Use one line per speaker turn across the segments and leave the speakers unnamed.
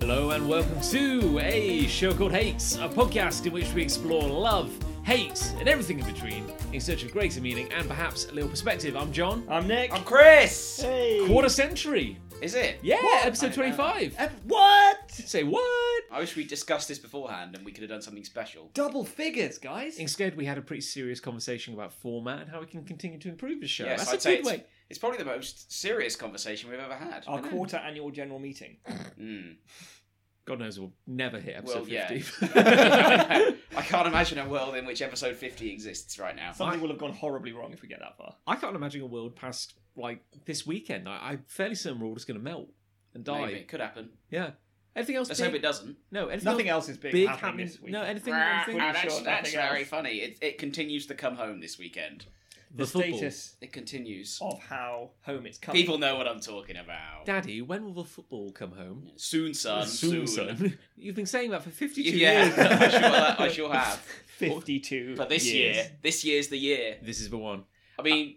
Hello and welcome to a show called Hates, a podcast in which we explore love, hate, and everything in between in search of greater meaning and perhaps a little perspective. I'm John.
I'm Nick.
I'm Chris.
Quarter century.
Is it?
Yeah,
What?
episode
I didn't know that.
25.
Ep- what?
Say what?
I wish we discussed this beforehand and we could have done something special.
Double figures, guys.
Instead, we had a pretty serious conversation about format and how we can continue to improve the show.
Yes,
That's
I'd
a
say
good
it's,
way.
it's probably the most serious conversation we've ever had. Hmm.
Our quarter annual general meeting.
Mm.
God knows we'll never hit
Well,
episode
yeah.
50.
I can't imagine a world in which episode 50 exists right now.
Something will have gone horribly wrong if we get that far.
I can't imagine a world past like this weekend. I, I'm fairly certain we're all just going to melt and die.
Maybe. Could happen.
Yeah. Anything else?
Let's
big?
hope it doesn't.
No, anything
Nothing
else
else is big,
big
happening,
happening?
this week.
No, anything?
Ah,
anything
Pretty
that's
sure
that's
nothing
very
else.
funny. It, it continues to come home this weekend.
the status
It continues.
of how home it's coming.
People know what I'm talking about.
Daddy, when will the football come home?
soon, son. Soon,
You've been saying that for 52
Yeah,
years.
I sure, I sure have.
52.
But this
years.
year, this year's the year.
This is the one.
I mean,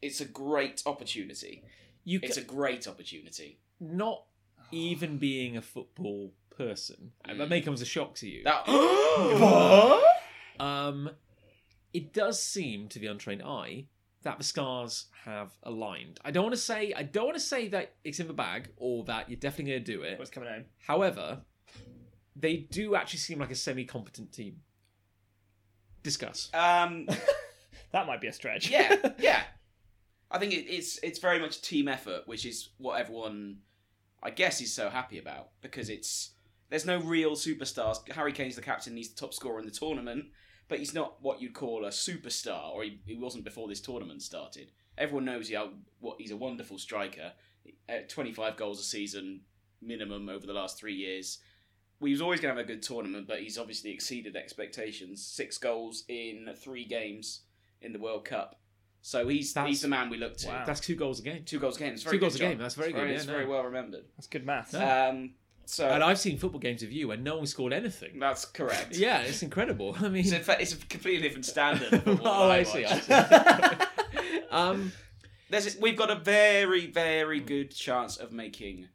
it's a great opportunity.
You
It's
ca-
a great opportunity.
not even being a football person. uh,
Mm.
That may come as a shock to you.
That
What?
um, it does seem to the untrained eye that the stars have aligned. I don't want to say I don't want to say that it's in the bag or that you're definitely going to do it.
What's coming home?
However, they do actually seem like a semi-competent team. Discuss.
um,
That might be a stretch.
yeah, yeah. I think it, it's it's very much team effort, which is what everyone, I guess, is so happy about because it's there's no real superstars. Harry Kane's the captain; he's the top scorer in the tournament, but he's not what you'd call a superstar, or he, he wasn't before this tournament started. Everyone knows he, what he's a wonderful striker, uh, 25 goals a season minimum over the last three years. We was always going to have a good tournament, but he's obviously exceeded expectations. Six goals in three games in the World Cup, so he's
That's-
he's the man we look to.
Wow.
That's two goals a game.
Two goals a game. It's
Two
very
goals
good
a game,
job.
that's very
It's
good,
Very,
yeah,
it's
no.
very well remembered.
That's good maths.
Um,
And
so
I've seen football games of you, and no one scored anything.
that's correct.
Yeah, it's incredible. I mean,
It's a, fa- it's a completely different standard. of football
Oh,
that
I see,
watch.
um,
There's a, we've got a very very good chance of making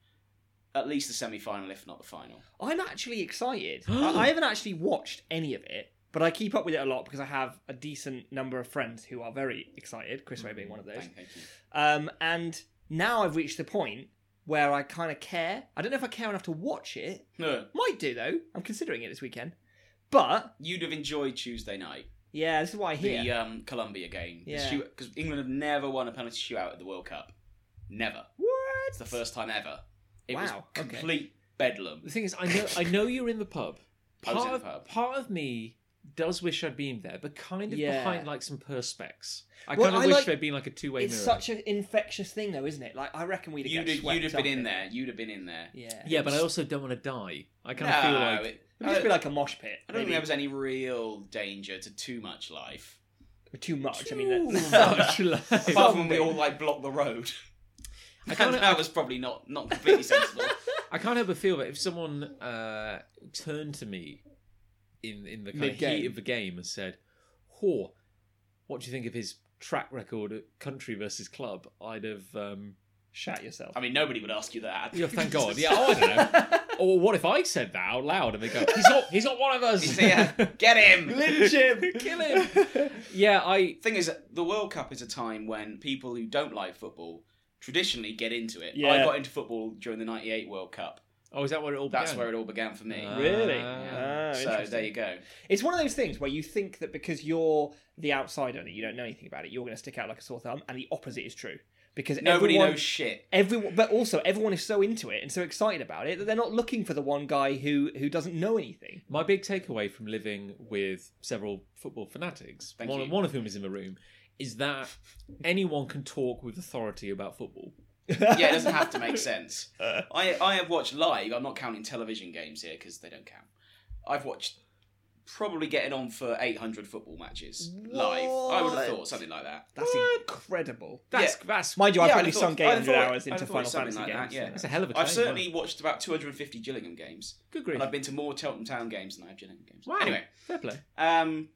at least the semi final, if not the final.
I'm actually excited. I I haven't actually watched any of it, but I keep up with it a lot because I have a decent number of friends who are very excited. Chris Ray being one of those.
Thank, thank you.
Um, and now I've reached the point where I kind of care. I don't know if I care enough to watch it.
No,
Might do though. I'm considering it this weekend. But
you'd have enjoyed Tuesday night
yeah, this is what I
the
hear.
um, Colombia game
Yeah.
because England have never won a penalty shootout at the World Cup. Never.
what?
It's the first time ever. It was
Wow, okay.
complete bedlam.
the thing is, I know, I know you're in the pub.
I
Part
was in the
of,
pub.
part of me does wish I'd been there, but kind of
Yeah.
behind like some perspex. I
Well,
kind of
I
wish
like-
there'd been like a two way mirror.
It's such an infectious thing though, isn't it? Like I reckon we'd have
You'd,
get
have-
swept
you'd have been
up
in
it.
there. You'd have been in there.
Yeah.
yeah, but I also don't want to die. I kind
no,
of feel like
it-
It would just be like a mosh pit.
I don't think
maybe.
there was any real danger to too much life.
too much. I mean,
Too
that's...
much life.
Apart from when we all like blocked the road.
I
And
kinda-
that was probably not not completely sensible.
I can't help but feel that if someone uh, turned to me in in the kind of
Mid-game.
heat of the game and said, "Haw, what do you think of his track record at country versus club?" I'd have, um,
Shat yourself.
I mean, nobody would ask you that.
yeah, thank God, yeah, oh, I don't know. Or what if I said that out loud and they go, "He's not, he's not one of us."
He's here. Get him.
Lynch him!
Kill him! yeah, I.
Thing is, the World Cup is a time when people who don't like football traditionally get into it. I
Yeah.
got into football during the '98 World Cup.
Oh, is that where it all
That's
began?
where it all began for me.
Ah.
Really?
Yeah.
Ah,
so
interesting.
there you go.
It's one of those things where you think that because you're the outsider and you don't know anything about it, you're going to stick out like a sore thumb, and the opposite is true because
Nobody
everyone,
knows shit.
Everyone, but also everyone is so into it and so excited about it that they're not looking for the one guy who who doesn't know anything.
My big takeaway from living with several football fanatics,
Thank
one,
you.
one of whom is in the room, is that anyone can talk with authority about football.
Yeah, it doesn't have to make sense.
Uh.
I I have watched live. I'm not counting television games here because they don't count. I've watched probably getting on for 800 football matches live. I would have thought something like that.
That's incredible.
That's that's
Mind you,
Yeah,
I've
I'd
probably
have
sunk
thought- I'd have
800
thought-
hours
I'd
into
have thought
Final
something
Fantasy
like that,
games.
yeah.
that's a hell of a
I've
claim,
certainly watched about 250 Gillingham games,
huh? good grief.
and I've been to more Cheltenham Town games than I have Gillingham games.
Wow.
Anyway,
Fair play.
um,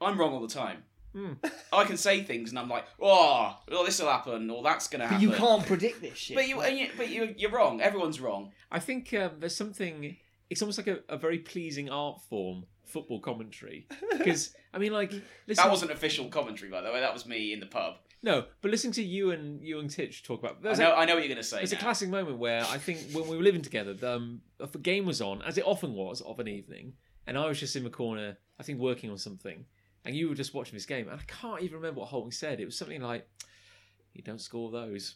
I'm wrong all the time.
Hmm.
I can say things, and I'm like, oh, well, this will happen, or that's going to
But
happen.
you can't predict this shit.
But you, uh, and you but you, you're wrong. Everyone's wrong.
I think um, there's something. It's almost like a, a very pleasing art form, football commentary. Because I mean, like listen,
That wasn't official commentary, by the way. That was me in the pub.
no, but listening to you and you and Titch talk about there's,
I know,
a,
I know what you're going to say.
there's a
now.
classic moment where I think when we were living together, um, if a game was on, as it often was of an evening, and I was just in the corner, I think working on something, and you were just watching this game, and I can't even remember what Holting said. It was something like, "You don't score those,"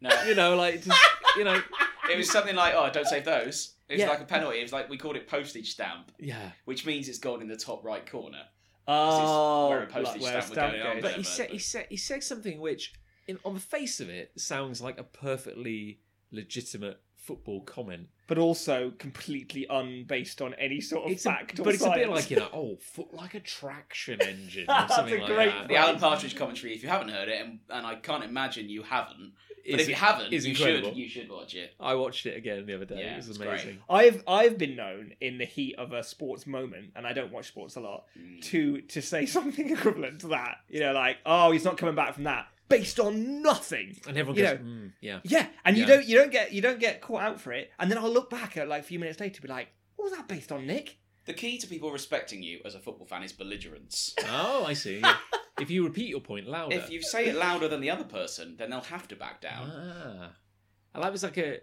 No,
you know, like just, you know,
it was something like, oh, don't save those. It was
Yeah.
like a penalty. It was like we called it postage stamp,
yeah.
which means it's gone in the top right corner.
oh,
where a
like
postage
where a
stamp would go, yeah.
goes.
But he
but-
said he said he said something which, in, on the face of it, sounds like a perfectly legitimate football comment.
But also completely unbased on any sort of
It's a,
fact or
but it's a bit
science.
like you know, oh, foot like a traction engine or
That's
something
a
like
great
that.
The Alan Partridge commentary, if you haven't heard it, and, and I can't imagine you haven't, but
It's-
if you haven't,
is
you
incredible.
should you should watch it.
I watched it again the other day.
Yeah,
it was
it's great.
amazing.
I've I've been known in the heat of a sports moment, and I don't watch sports a lot, to to say something equivalent to that. You know, like, oh, he's not coming back from that, based on nothing.
And everyone
You
goes,
know-
mm, yeah.
Yeah, and
Yeah.
you don't you don't get you don't get caught out for it, and then I'll look back at like a few minutes later, and be like, what was that based on, Nick?
The key to people respecting you as a football fan is belligerence.
Oh, I see. if you repeat your point louder,
if you say it louder than the other person, then they'll have to back down.
ah, I like this like a.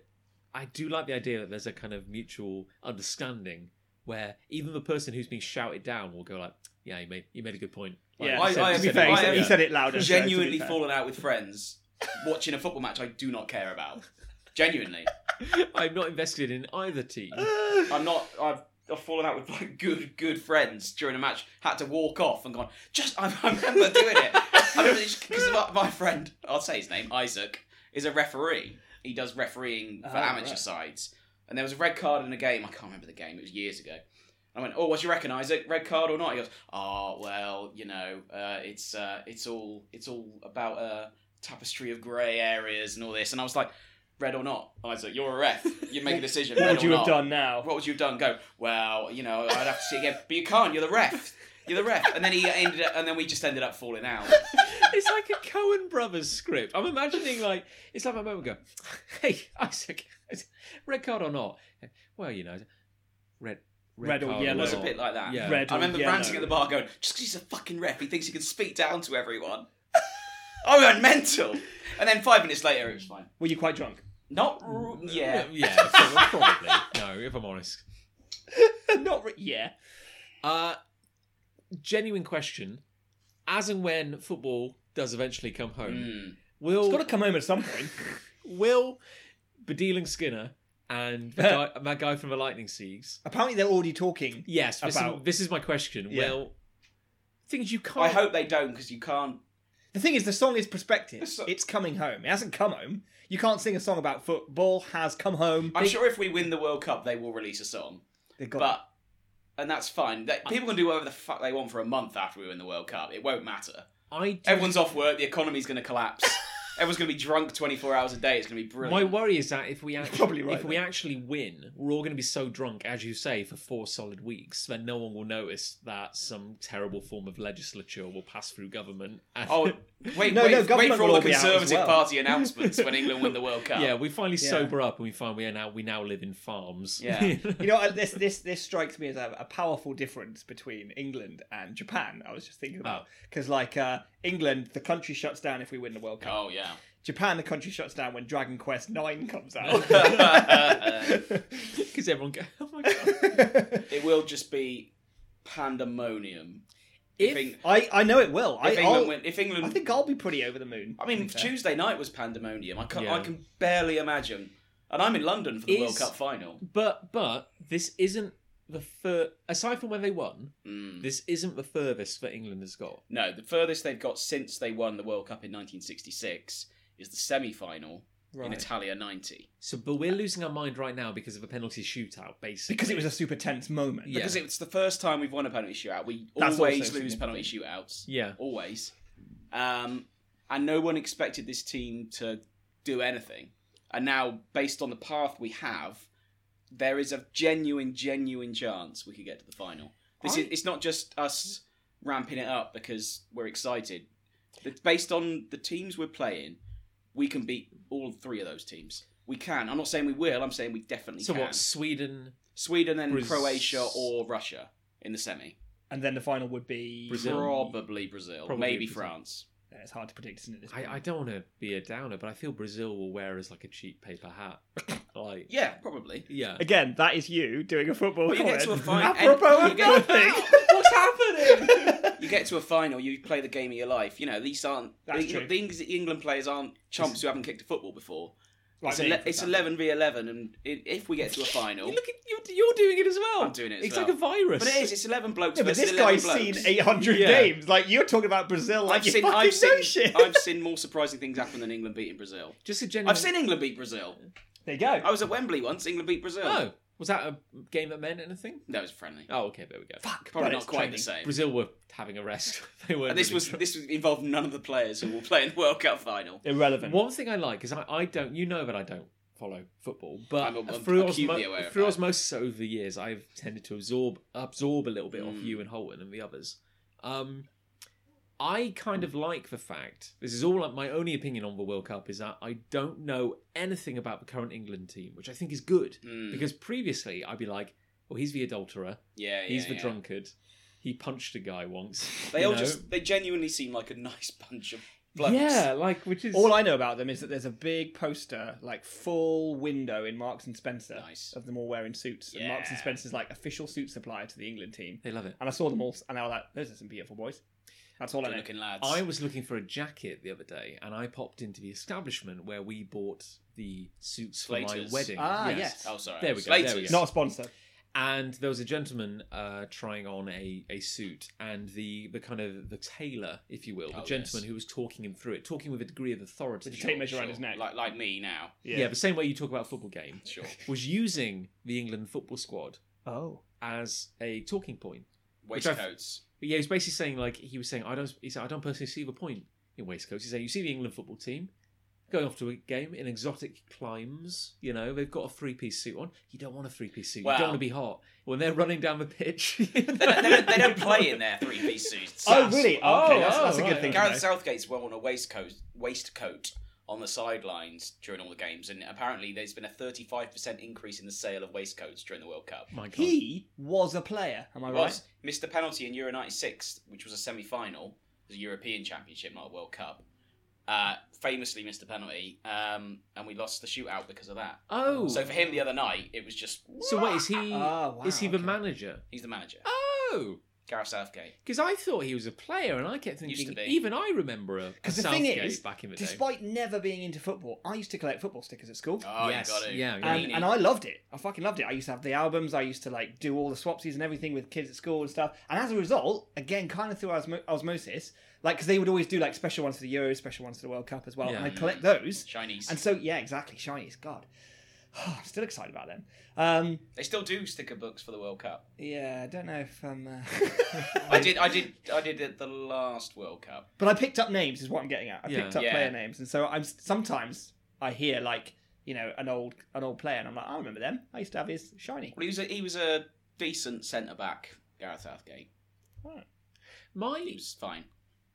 I do like the idea that there's a kind of mutual understanding where even the person who's being shouted down will go like, "Yeah, you made you made a good point." Like,
Yeah,
I-
said-
I-
to
said
be
it
fair, he
right.
said- he
have
said it
Ah,
louder. so to be
Genuinely
fair.
fallen out with friends watching a football match I do not care about. Genuinely.
I'm not invested in either team.
I'm not. I've, I've fallen out with like good, good friends during a match. Had to walk off and gone. Just I remember doing it. I remember because my, my friend, I'll say his name, Isaac, is a referee. He does refereeing for
Oh,
amateur
right.
sides, and there was a red card in a game. I can't remember the game. It was years ago. I went, oh, what do you reckon, Isaac? Red card or not? He goes, oh, well, you know, uh, it's uh, it's all it's all about a tapestry of grey areas and all this. And I was like, red or not, Isaac, you're a ref. You make a decision.
What
red
would
or
you have
not."
done now?
what would you have done? Go, well, you know, I'd have to see again. But you can't. You're the ref. You're the ref. And then he ended up, and then we just ended up falling out.
It's like a Cohen Brothers script. I'm imagining like it's like my mum would go, "Hey Isaac, is- red card or not? Well, you know, red, red,
Red or
card
It
yellow.
was a bit like that.
Yeah.
Red
I
or
remember
yellow.
ranting at the bar, going, just because he's a fucking ref, he thinks he can speak down to everyone. I went mental. And then five minutes later, it was fine.
Were you quite drunk?
Not, r- yeah.
yeah, so- probably. No, if I'm honest.
Not re- yeah.
Uh, genuine question: As and when football does eventually come home,
Mm.
It's
will
got to come home at some point.
will Bedeeling Skinner and the guy, that guy from the Lightning Seeds
Apparently, they're already talking.
Yes, this, is,
about-
this is my question.
Yeah.
Well, things you can't.
I hope they don't, because you can't.
The thing is, the song is perspective.
It's so-
It's coming home. It hasn't come home. You can't sing a song about football. Has come home.
I'm sure if we win the World Cup, they will release a song.
They got
But, and that's fine. That, people can do whatever the fuck they want for a month after we win the World Cup. It won't matter.
I do-
Everyone's off work. The economy's going to collapse. Everyone's going to be drunk 24 hours a day. It's going to be
my
brilliant.
worry is that if we actually
probably right
if we actually win, we're all going to be so drunk, as you say, for four solid weeks. Then no one will notice that some terrible form of legislature will pass through government. And-
Oh, wait,
No,
wait,
no,
wait
government
for
will
all the
be out as
Conservative
well.
Party announcements when England win the World Cup.
yeah, we finally
Yeah.
sober up and we find we are now we now live in farms.
Yeah.
you know, I- this this this strikes me as a, a powerful difference between England and Japan. I was just thinking
Oh.
about because, like, uh, England, the country shuts down if we win the World Cup.
Oh, yeah.
Japan, the country shuts down when Dragon Quest Nine comes out.
because everyone go. Oh my god!
It will just be pandemonium.
If-
Eng-
I I know it will. I
if
I'll-
England win, if England,
I think I'll be pretty over the moon.
I mean,
to be fair.
Tuesday night was pandemonium. I can
Yeah.
I can barely imagine. And I'm in London for the World
Is-
Cup final.
But but this isn't the fur aside from when they won.
Hmm.
Mm.
This isn't the furthest that England has got.
No, the furthest they've got since they won the World Cup in 1966 is the semi final in Italia 90.
So, but we're losing our mind right now because of a penalty shootout, basically.
Because it was a super tense moment.
Yeah.
Because it's the first time we've won a penalty shootout. We
That's
always
also
lose penalty shootouts.
yeah,
Always. Um, and no one expected this team to do anything. And now, based on the path we have, there is a genuine, genuine chance we could get to the final. This
I-
is, it's not just us ramping it up because we're excited. It's based on the teams we're playing, we can beat all three of those teams. We can. I'm not saying we will. I'm saying we definitely
So
can.
what? Sweden,
Sweden and
Braz-
Croatia or Russia in the semi.
And then the final would be.
Brazil.
Probably Brazil.
Probably
maybe
Brazil.
France.
Yeah, It's hard to predict, isn't it? this
I,
point?
I don't want to be a downer, but I feel Brazil will wear us like a cheap paper hat. like,
Yeah, probably.
yeah.
Again, that is you doing a football
Well, you
comment.
get to a final.
Apropos
and
of
you get-
nothing.
What's happening? you get to a final. You play the game of your life. You know these aren't
That's
the,
true.
the Eng- the England players aren't chumps who haven't kicked a football before.
Like
it's
me,
ele-
for
it's
example.
eleven v eleven, and i if we get to a final,
You look at, you're, you're doing it as well.
I'm doing it as
it's
well.
like a virus.
but it is. It's eleven blokes.
Yeah, but
versus
this
11
guy's
blokes.
seen 800
Yeah.
games. Like, you're talking about Brazil like
I've
you
seen.
fucking
I've
know
seen.
shit.
I've seen more surprising things happen than England beating Brazil.
Just a genuine.
I've seen England beat Brazil.
There you go.
I was at Wembley once. England beat Brazil.
Oh, was that a game that meant anything?
that was friendly.
Oh, okay, there we go.
Fuck.
Probably
but
not
it's
quite
training.
the same.
Brazil were having a rest. they were.
And this was this was- involved none of the players who will play in the World Cup final.
Irrelevant.
One thing I like is I, I don't. You know that I don't follow football, but
I'm- I'm
through,
acutely
osmo-
aware of
through
that.
osmosis over the years, I've tended to absorb absorb a little bit off
Mm.
you and Holton and the others. Um, I kind of like the fact this is all my only opinion on the World Cup is that I don't know anything about the current England team, which I think is good
Mm.
because previously I'd be like, "Well, he's the adulterer,
Yeah, yeah,
he's the
yeah.
drunkard, he punched a guy once."
They
you
all
know?
just they genuinely seem like a nice bunch of blokes.
yeah, like which is
All I know about them is that there's a big poster, like full window in Marks and Spencer
Nice.
of them all wearing suits. And Marks and
Yeah.
Spencer's like official suit supplier to the England team.
they love it.
And I saw them all, and I was like, "Those are some beautiful boys." That's all I
Good
know.
looking lads.
I was looking for a jacket the other day, and I popped into the establishment where we bought the suits for
Slaters.
my wedding.
Ah, yes.
Oh, sorry.
There we go, there we
Slaters.
go.
Not a sponsor.
And there was a gentleman uh, trying on a, a suit, and the, the kind of the tailor, if you will, the
Oh,
gentleman
yes.
who was talking him through it, talking with a degree of authority.
With the tape measure around his neck.
Like like me now.
yeah. the same way you talk about a football game,
Sure.
was using the England football squad
Oh.
as a talking point. Which I've-
Waistcoats.
But yeah, he was basically saying like he was saying I don't. He said I don't personally see the point in waistcoats. He said you see the England football team going off to a game in exotic climes. You know they've got a three piece suit on. You don't want a three piece suit. You
Wow.
don't want to be hot when they're running down the pitch.
they, don't, they don't- they don't play in their three piece suits.
Oh, really? Oh, okay,
Oh,
that's,
oh,
that's a good
right.
thing. to
Gareth
know.
Southgate's worn a waistcoat waistcoat on the sidelines during all the games, and apparently there's been a 35% increase in the sale of waistcoats during the World Cup.
My God.
He was a player. Am I right?
was missed a penalty in Euro 96, which was a semi final, the European Championship, not a World Cup. Uh, famously missed a penalty, um, and we lost the shootout because of that.
oh,
So
so,
for him the other night, it was just
wait, is he?
Ah, wow,
is he the
okay.
manager?
he's the manager,
Oh,
Gareth Southgate.
because I thought he was a player, and I kept
Used to
thinking
be.
even I remember a, a
Because the thing
Southgate
is,
back in the day.
despite never being into football, I used to collect football stickers at school.
Oh,
Yes,
you got it.
yeah, yeah.
and, and I loved it. I fucking loved it. I used to have the albums. I used to like do all the swapsies and everything with kids at school and stuff. And as a result, again, kind of through osmo- osmosis, like because they would always do like special ones for the Euros, special ones for the World Cup as well.
Yeah.
And I'd collect those.
Chinese.
And so yeah, exactly. Shinies, God, I'm still excited about them. Um,
they still do sticker books for the World Cup.
yeah, I don't know if I'm. Uh...
I did, I did, I did at the last World Cup.
But I picked up names, is what I'm getting at. I
Yeah.
picked up
Yeah.
player names, and so I'm sometimes I hear like you know an old an old player, and I'm like, I remember them. I used to have his shiny.
Well, he was a, he was a decent centre back, Gareth Southgate. He
my
was fine.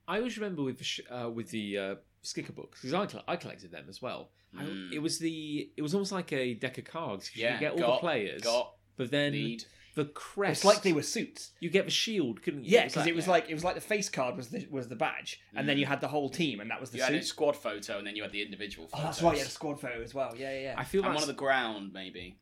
I always remember with the sh- uh, with the uh, sticker books because I, cl- I collected them as well. I-
Mm.
it was the it was almost like a deck of cards. 'cause
Yeah,
you get all
got-
the players,
Got
but then
lead.
the crest.
It's like they were suits.
You get the shield, couldn't you?
Yeah, because it was
yeah.
like it was like the face card was the was the badge, and then you had the whole team, and that was the
Mm. You had a
suit.
squad photo, and then you had the individual.
Oh, that's
photos.
right. Yeah, the squad photo as well. Yeah, yeah, yeah.
I feel
and
that's,
one of the ground maybe.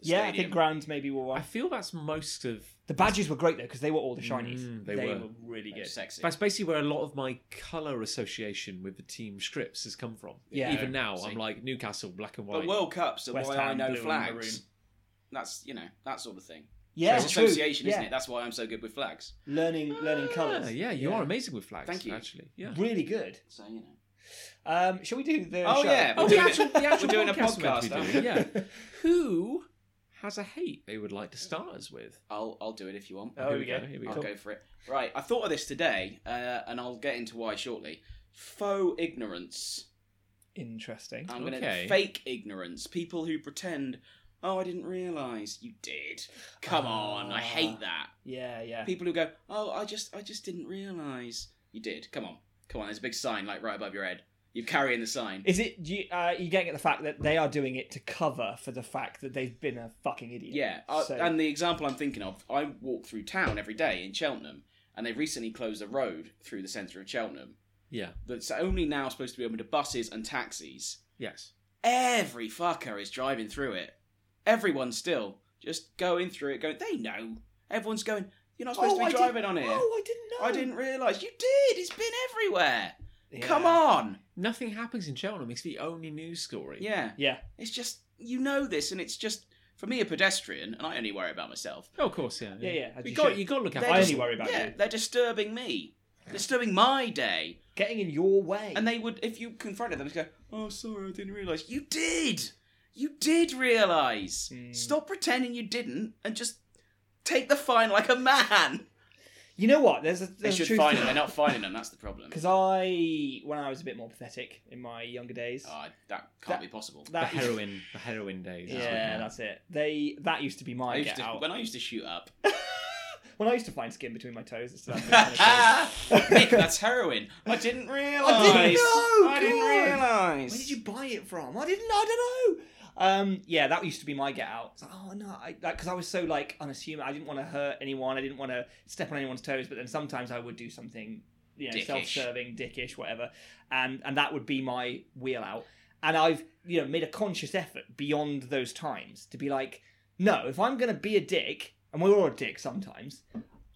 The
yeah, I
stadium.
think grounds maybe were
I
one.
feel that's most of.
The badges were great though because they were all the shinies.
Mm, they
were.
were.
really
They're
good.
sexy.
That's basically where a lot of my color association with the team strips has come from.
Yeah.
Even now,
See.
I'm like Newcastle black and white.
But World Cups are
West
why I
Ham,
know
blue and
flags. That's you know that sort of thing.
Yeah,
it's
true.
association, isn't
Yeah.
it? Ah, That's why I'm so good with flags.
Learning, learning colours.
Ah, Yeah, you are amazing with flags.
Thank you.
Actually, yeah.
Really good.
So you know.
Um, shall we do the? show?
Oh, yeah.
Oh,
We're
the
doing
actual,
it.
the
We're
actual
doing a
podcast we're meant to be
podcast
doing, Yeah. Who has a hate they would like to start us with?
I'll I'll do it if you want.
Oh,
Here we
here we
go,
go.
here we
I'll
Cool.
go for it. Right, I thought of this today, uh, and I'll get into why shortly. Faux ignorance.
Interesting.
I'm going
Okay.
to fake ignorance. People who pretend, oh, I didn't realise. You did. Come on, I
Ah.
hate that.
Yeah, yeah.
People who go, oh, I just, I just didn't realise. You did. Come on, come on. There's a big sign like right above your head. You're carrying the sign.
Is it do you, uh, you getting at the fact that they are doing it to cover for the fact that they've been a fucking idiot?
Yeah, uh,
So-
and the example I'm thinking of, I walk through town every day in Cheltenham, and they've recently closed a road through the centre of Cheltenham
Yeah.
that's only now supposed to be open to buses and taxis.
Yes.
Every fucker is driving through it. Everyone's still just going through it, going, they know. Everyone's going, you're not supposed to
I
be driving
didn't-
on here.
Oh, I didn't know.
I didn't realise. You did. It's been everywhere.
Yeah.
Come on.
Nothing happens in Cheltenham. It's the only news story.
Yeah.
Yeah.
It's just, you know this, and it's just, for me, a pedestrian, and I only worry about myself.
Oh, of course. Yeah.
Yeah, yeah. as
You,
you
got.
should.
You got to look after.
I
just-
only worry about
yeah,
you.
they're disturbing me. Disturbing my day.
Getting in your way.
And they would, if you confronted them, just go, "Oh, sorry, I didn't realise." You did. You did realise.
Mm.
Stop pretending you didn't, and just take the fine like a man.
you know what? There's a
They
there's a
should
truth
fine them. They're not fining them. That's the problem.
Because I, when I was a bit more pathetic in my younger days,
Ah, that can't
That-
be possible.
the
that used-
heroin. the heroin days. that's what we
Yeah,
had.
that's it. They that used to be
I
my
used
get
to,
out.
when I used to shoot up.
When I used to find skin between my toes, it's that kind of thing.
Nick, that's heroin. I didn't realise.
know,
I didn't
God.
realise.
Where did you buy it from? I didn't. I don't know. Um, yeah, that used to be my get out. It's like, oh no, I like because I was so like unassuming. I didn't want to hurt anyone. I didn't want to step on anyone's toes. But then sometimes I would do something, you know,
Dickish.
self-serving, dickish, whatever, and and that would be my wheel out. And I've you know made a conscious effort beyond those times to be like, no, if I'm gonna be a dick, and we're all a dick sometimes.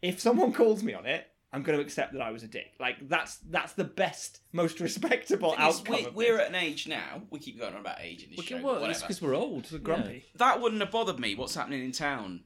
If someone calls me on it. I'm going to accept that I was a dick. Like that's that's the best, most respectable
Thing is,
outcome.
we-
of this.
we're at an age now. We keep going on about age in this
We
show.
can
but
work. It's
whatever.
because we're old. We're grumpy.
That wouldn't have bothered me. What's happening in town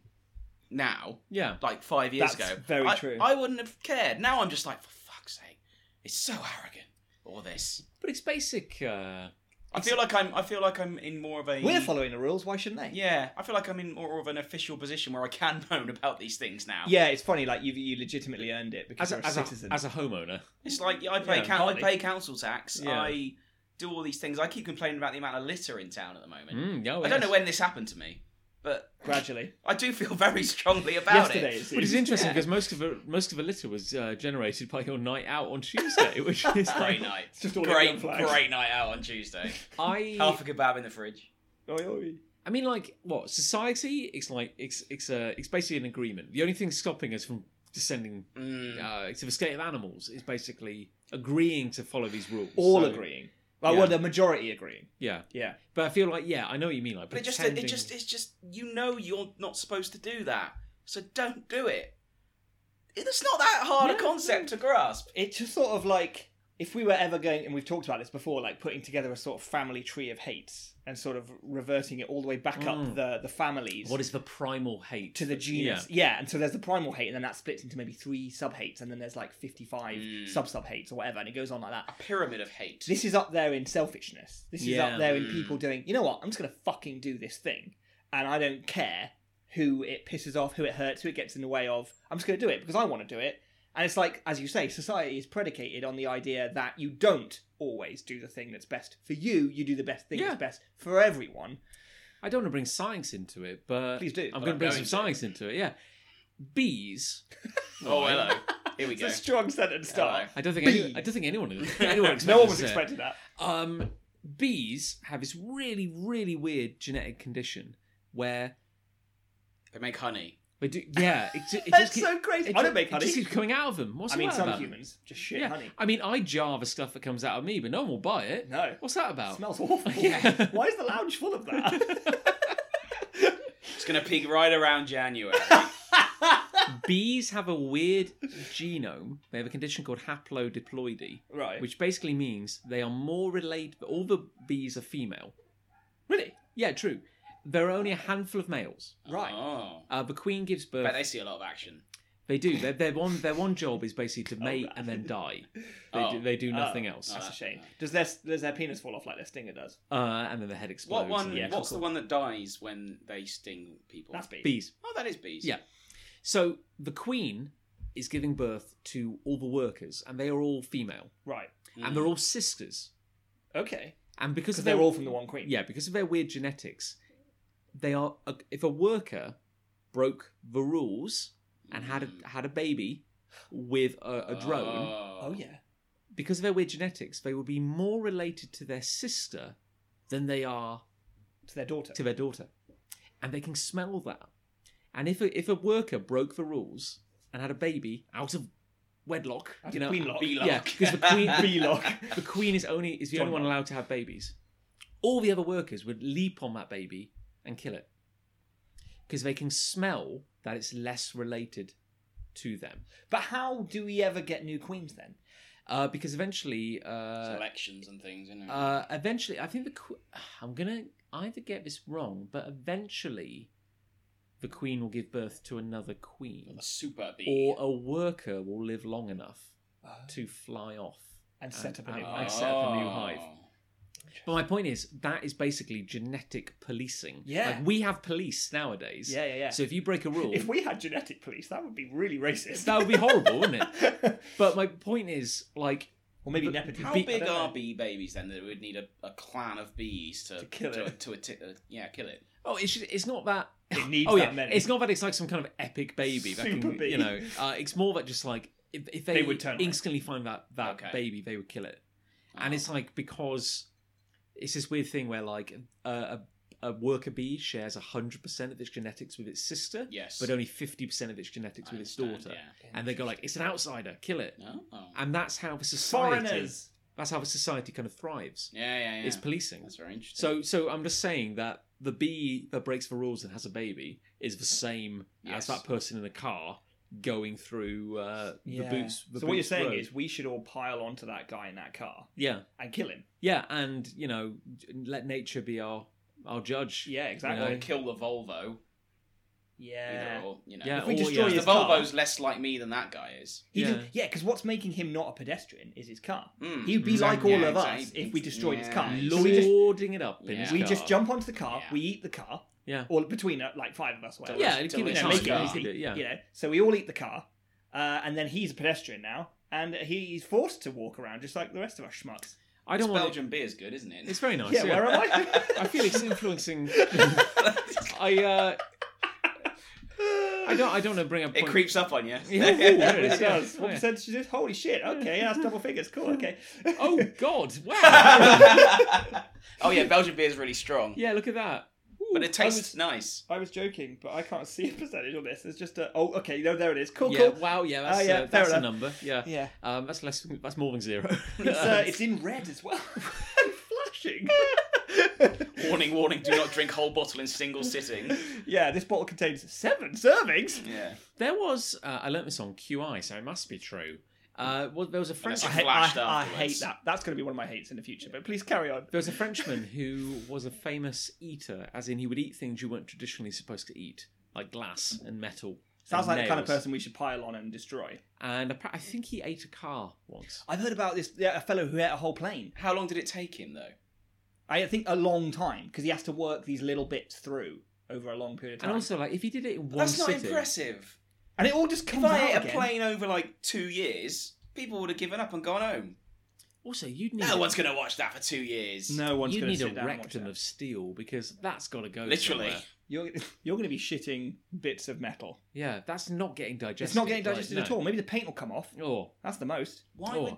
now?
Yeah.
like five years
That's
ago.
very
I,
true.
I wouldn't have cared. Now I'm just like, for fuck's sake, it's so arrogant. All this.
But it's basic. Uh,
I feel like I'm. I feel like I'm in more of a.
We're following the rules. Why shouldn't they?
Yeah, I feel like I'm in more of an official position where I can moan about these things now.
Yeah, it's funny. Like you, you legitimately earned it because
as
you're
a,
a,
as, a,
citizen.
as a homeowner.
it's like I pay
Yeah,
coun I
partly.
pay council tax.
Yeah.
I do all these things. I keep complaining about the amount of litter in town at the moment.
Mm, oh,
I don't
yes.
know when this happened to me, but
Gradually,
I do feel very strongly about
yesterday.
it.
It
Which is
seems.
interesting
Yeah.
because most of the, most of the litter was uh, generated by your night out on Tuesday, which is
Great
like,
night.
It's just all over
Great,
the place.
great night out on Tuesday.
I
Half a kebab in the fridge.
Oi, oi.
I mean like what society? It's like it's it's uh, it's basically an agreement. The only thing stopping us from descending
Mm.
uh, to the state of animals is basically agreeing to follow these rules.
All
So,
agreeing. Like,
Yeah.
well, the majority agreeing.
Yeah,
Yeah.
but I feel like yeah, I know what you mean. Like,
But it just,
pretending...
it just, it's just, you know, you're not supposed to do that, so don't do it. It's not that hard a
No.
concept to grasp.
It's just sort of like if we were ever going, and we've talked about this before, like putting together a sort of family tree of hates and sort of reverting it all the way back
Mm.
up the the families.
what is the primal hate
to the genus. Yeah. and so there's the primal hate, and then that splits into maybe three sub hates, and then there's like 55
Mm.
sub sub hates or whatever, and it goes on like that.
A pyramid of hate.
This is up there in selfishness. This is
Yeah.
up there in
Mm.
people doing, you know what, I'm just going to fucking do this thing. And I don't care who it pisses off, who it hurts, who it gets in the way of. I'm just going to do it because I want to do it. And it's like, as you say, society is predicated on the idea that you don't always do the thing that's best for you. You do the best thing
Yeah.
that's best for everyone.
I don't want to bring science into it, but
Please do.
I'm
But
going to
I'm
bring some
going
science into it. Yeah, bees.
oh, hello. Here we
It's
go.
a strong sentence start.
Hello.
I don't think any,
Bees.
I don't think anyone anyone
No one
us
was
to say it.
expecting that.
Um, bees have this really really weird genetic condition where
They make honey.
they do yeah it, ju- it
That's
just keep-
so crazy.
it
I
ju-
don't make
It
honey.
just keeps coming out of them. What's
I
the
mean,
matter
some
about them?
humans just shit
yeah.
honey.
I mean, I jarve stuff that comes out of me, but no one will buy it.
No,
What's that about?
smells awful.
Yeah.
Why is the lounge full of that?
It's going to peak right around January.
Bees have a weird genome. They have a condition called haplodiploidy,
right.
which basically means they are more related. All the bees are female.
really?
Yeah, true. there are only a handful of males.
Right.
Oh.
Uh, the Queen gives birth.
Bet they see a lot of action.
They do. Their, their one their one job is basically to mate and then die. They,
Oh.
do, they do nothing
Oh,
else.
That's a
Uh,
shame. Does their does their penis fall off like their stinger does?
Uh, and then the head explodes.
What one?
and-
yeah,
what's
cool.
the one that dies when they sting people?
That's bees.
Bees.
Oh, that is bees.
Yeah. So the Queen is giving birth to all the workers, and they are all female,
Right.
Mm.
and they're all sisters.
Okay.
And because
Mm. Because
of
they're
their-
all from the one queen.
yeah, because of their weird genetics, they are. If a worker broke the rules and had
Mm.
a, had a baby with a, a drone,
Oh yeah.
because of their weird genetics, they will be more related to their sister than they are
To their daughter.
to their daughter, and they can smell that. And if a, if a worker broke the rules and had a baby out of wedlock,
That's
you
a
know,
queen lock.
Beelock.
yeah, because the queen,
Beelock.
the queen is only is the
John
only one
Locke.
allowed to have babies. All the other workers would leap on that baby and kill it because they can smell that it's less related to them.
But how do we ever get new queens then?
Uh, because eventually, uh,
Selections and things, isn't it?
Uh, eventually, I think the que- I'm gonna either get this wrong, but eventually, the queen will give birth to another queen,
a super bee.
or a worker will live long enough
Oh.
to fly off
And set up a new
and-
hive.
and set up a new
Oh.
hive. But my point is that is basically genetic policing.
Yeah.
like we have police nowadays.
Yeah, yeah, yeah.
So if you break a rule,
If we had genetic police, that would be really racist.
that would be horrible, wouldn't it? But my point is, like,
or maybe
But
nepotism.
How
Bee-
big
I don't
are
know.
bee babies then that would need a, a clan of bees to,
To kill
to,
it.
to, atti- uh, yeah kill it?
oh, it's just, it's not that
It needs
oh
that
yeah,
many.
it's not that it's like some kind of epic baby. That
Super
can,
bee.
You know, uh, it's more that just like if, if they,
They would turn around.
instantly find that that
Okay.
baby, they would kill it.
Oh,
And it's like because it's this weird thing where like a, a, a worker bee shares hundred percent of its genetics with its sister,
yes,
but only fifty percent of its genetics
I
with its
understand,
daughter.
Yeah.
And they go like, "It's an outsider, kill it."
No. Oh.
And that's how the society.
foreigners.
That's how the society kind of thrives.
Yeah, yeah, yeah.
It's policing.
That's very interesting.
So, so I'm just saying that the bee that breaks the rules and has a baby is the same
Yes.
as that person in a car going through uh,
Yeah.
the boots. The
so what you're
Boots
saying
road.
is we should all pile onto that guy in that car
yeah,
and kill him.
yeah, and you know, let nature be our our judge.
Yeah,
or
exactly.
kill the Volvo.
Yeah.
Either or, you know.
Yeah,
If we
or,
destroy
yeah.
the
his car-
Volvo's less like me than that guy is.
He
Yeah.
do- yeah, because what's making him not a pedestrian is his car.
Mm.
He'd be
Mm.
like all
Yeah,
of us
exactly.
if we destroyed his
Yeah.
car. So we just
Lording it up in
Yeah.
his
we
car.
just jump onto the car,
Yeah.
we eat the car,
Yeah.
or between uh, like five of us, whatever.
Yeah, keep
you
it
know,
Delicious
make it
car.
easy.
Yeah.
You know, so we all eat the car, uh, and then he's a pedestrian now, and he's forced to walk around just like the rest of us schmucks.
I don't
It's
want.
Belgian beer's good, isn't it?
It's very nice.
yeah,
Yeah,
where am I?
I feel it's influencing. I uh, I don't. I don't want to bring up.
it
point-
creeps up on you.
Yeah, ooh, there
It
it is, yeah.
does. What percentage is this? Holy shit! Okay, yeah, that's double figures. Cool. Okay.
Oh God! Wow.
oh yeah, Belgian beer's really strong,
yeah, look at that.
but it
I
tastes
was-
nice.
I was joking, but I can't see a percentage on this. It's just a oh, okay, no, there it is. Cool,
yeah,
cool.
wow, yeah, that's,
Oh, yeah,
uh,
fair
that's a
enough.
number. Yeah.
Yeah,
Um, that's less. That's more than zero.
it's, uh, it's in red as well. Flashing.
Warning, warning! Do not drink whole bottle in single sitting.
yeah, this bottle contains seven servings.
Yeah,
there was. Uh, I learnt this on QI, so it must be true. Uh, well, there was a French.
Unless
I, hate-
Flashed
I, I
afterwards.
hate that. That's going to be one of my hates in the future. But please carry on.
There was a Frenchman who was a famous eater, as in he would eat things you weren't traditionally supposed to eat, like glass and metal.
Sounds
and
like the kind of
nails.
person we should pile on and destroy.
And appa- I think he ate a car once.
I've heard about this yeah, a fellow who ate a whole plane.
How long did it take him though?
I think a long time because he has to work these little bits through over a long period of time,
And
and,
also, like, if he did it in one
That's not
sitting,
impressive.
it all just
If
comes
I
out
ate a
again.
plane over like two years, people would have given up and gone home.
also you'd need
No one's gonna watch that for two years.
No one's
you'd
going to
need
sit
a
down and watch
rectum
that.
of steel because that's got to go.
literally.
somewhere.
You're you're going to be shitting bits of metal.
Yeah, that's not getting digested.
it's not getting
like,
digested
no.
at all. Maybe the paint will come off.
Oh,
That's the most.
Why?
Oh.
Would,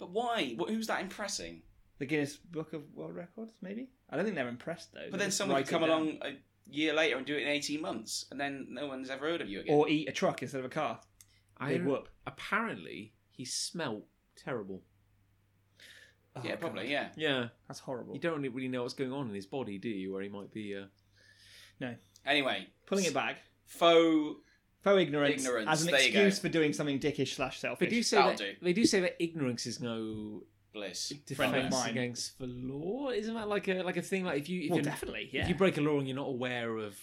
but why? Wh- Who's that impressing?
The Guinness Book of World Records, maybe. I don't think they're impressed though. They
But then
just
someone
write
could
it
come
down.
along a year later and do it in 18 months, and then no one's ever heard of you again.
or eat a truck instead of a car.
I,
Big whoop.
apparently he smelt terrible.
Oh,
yeah,
God.
probably, yeah.
Yeah,
That's horrible.
you don't really- really know what's going on in his body, do you? Where he might be. Uh...
Anyway,
Pulling it back.
faux.
Faux ignorance,
Ignorance,
as an
there you go.
excuse for doing something dickish slash
They
selfish.
do say
That'll
that
do.
they do say that ignorance is no
Bliss.
Friend of
Defense
mine.
against the law, isn't that like a like a thing? Like if you if,
well,
you're-
definitely, yeah.
if you break a law and you're not aware of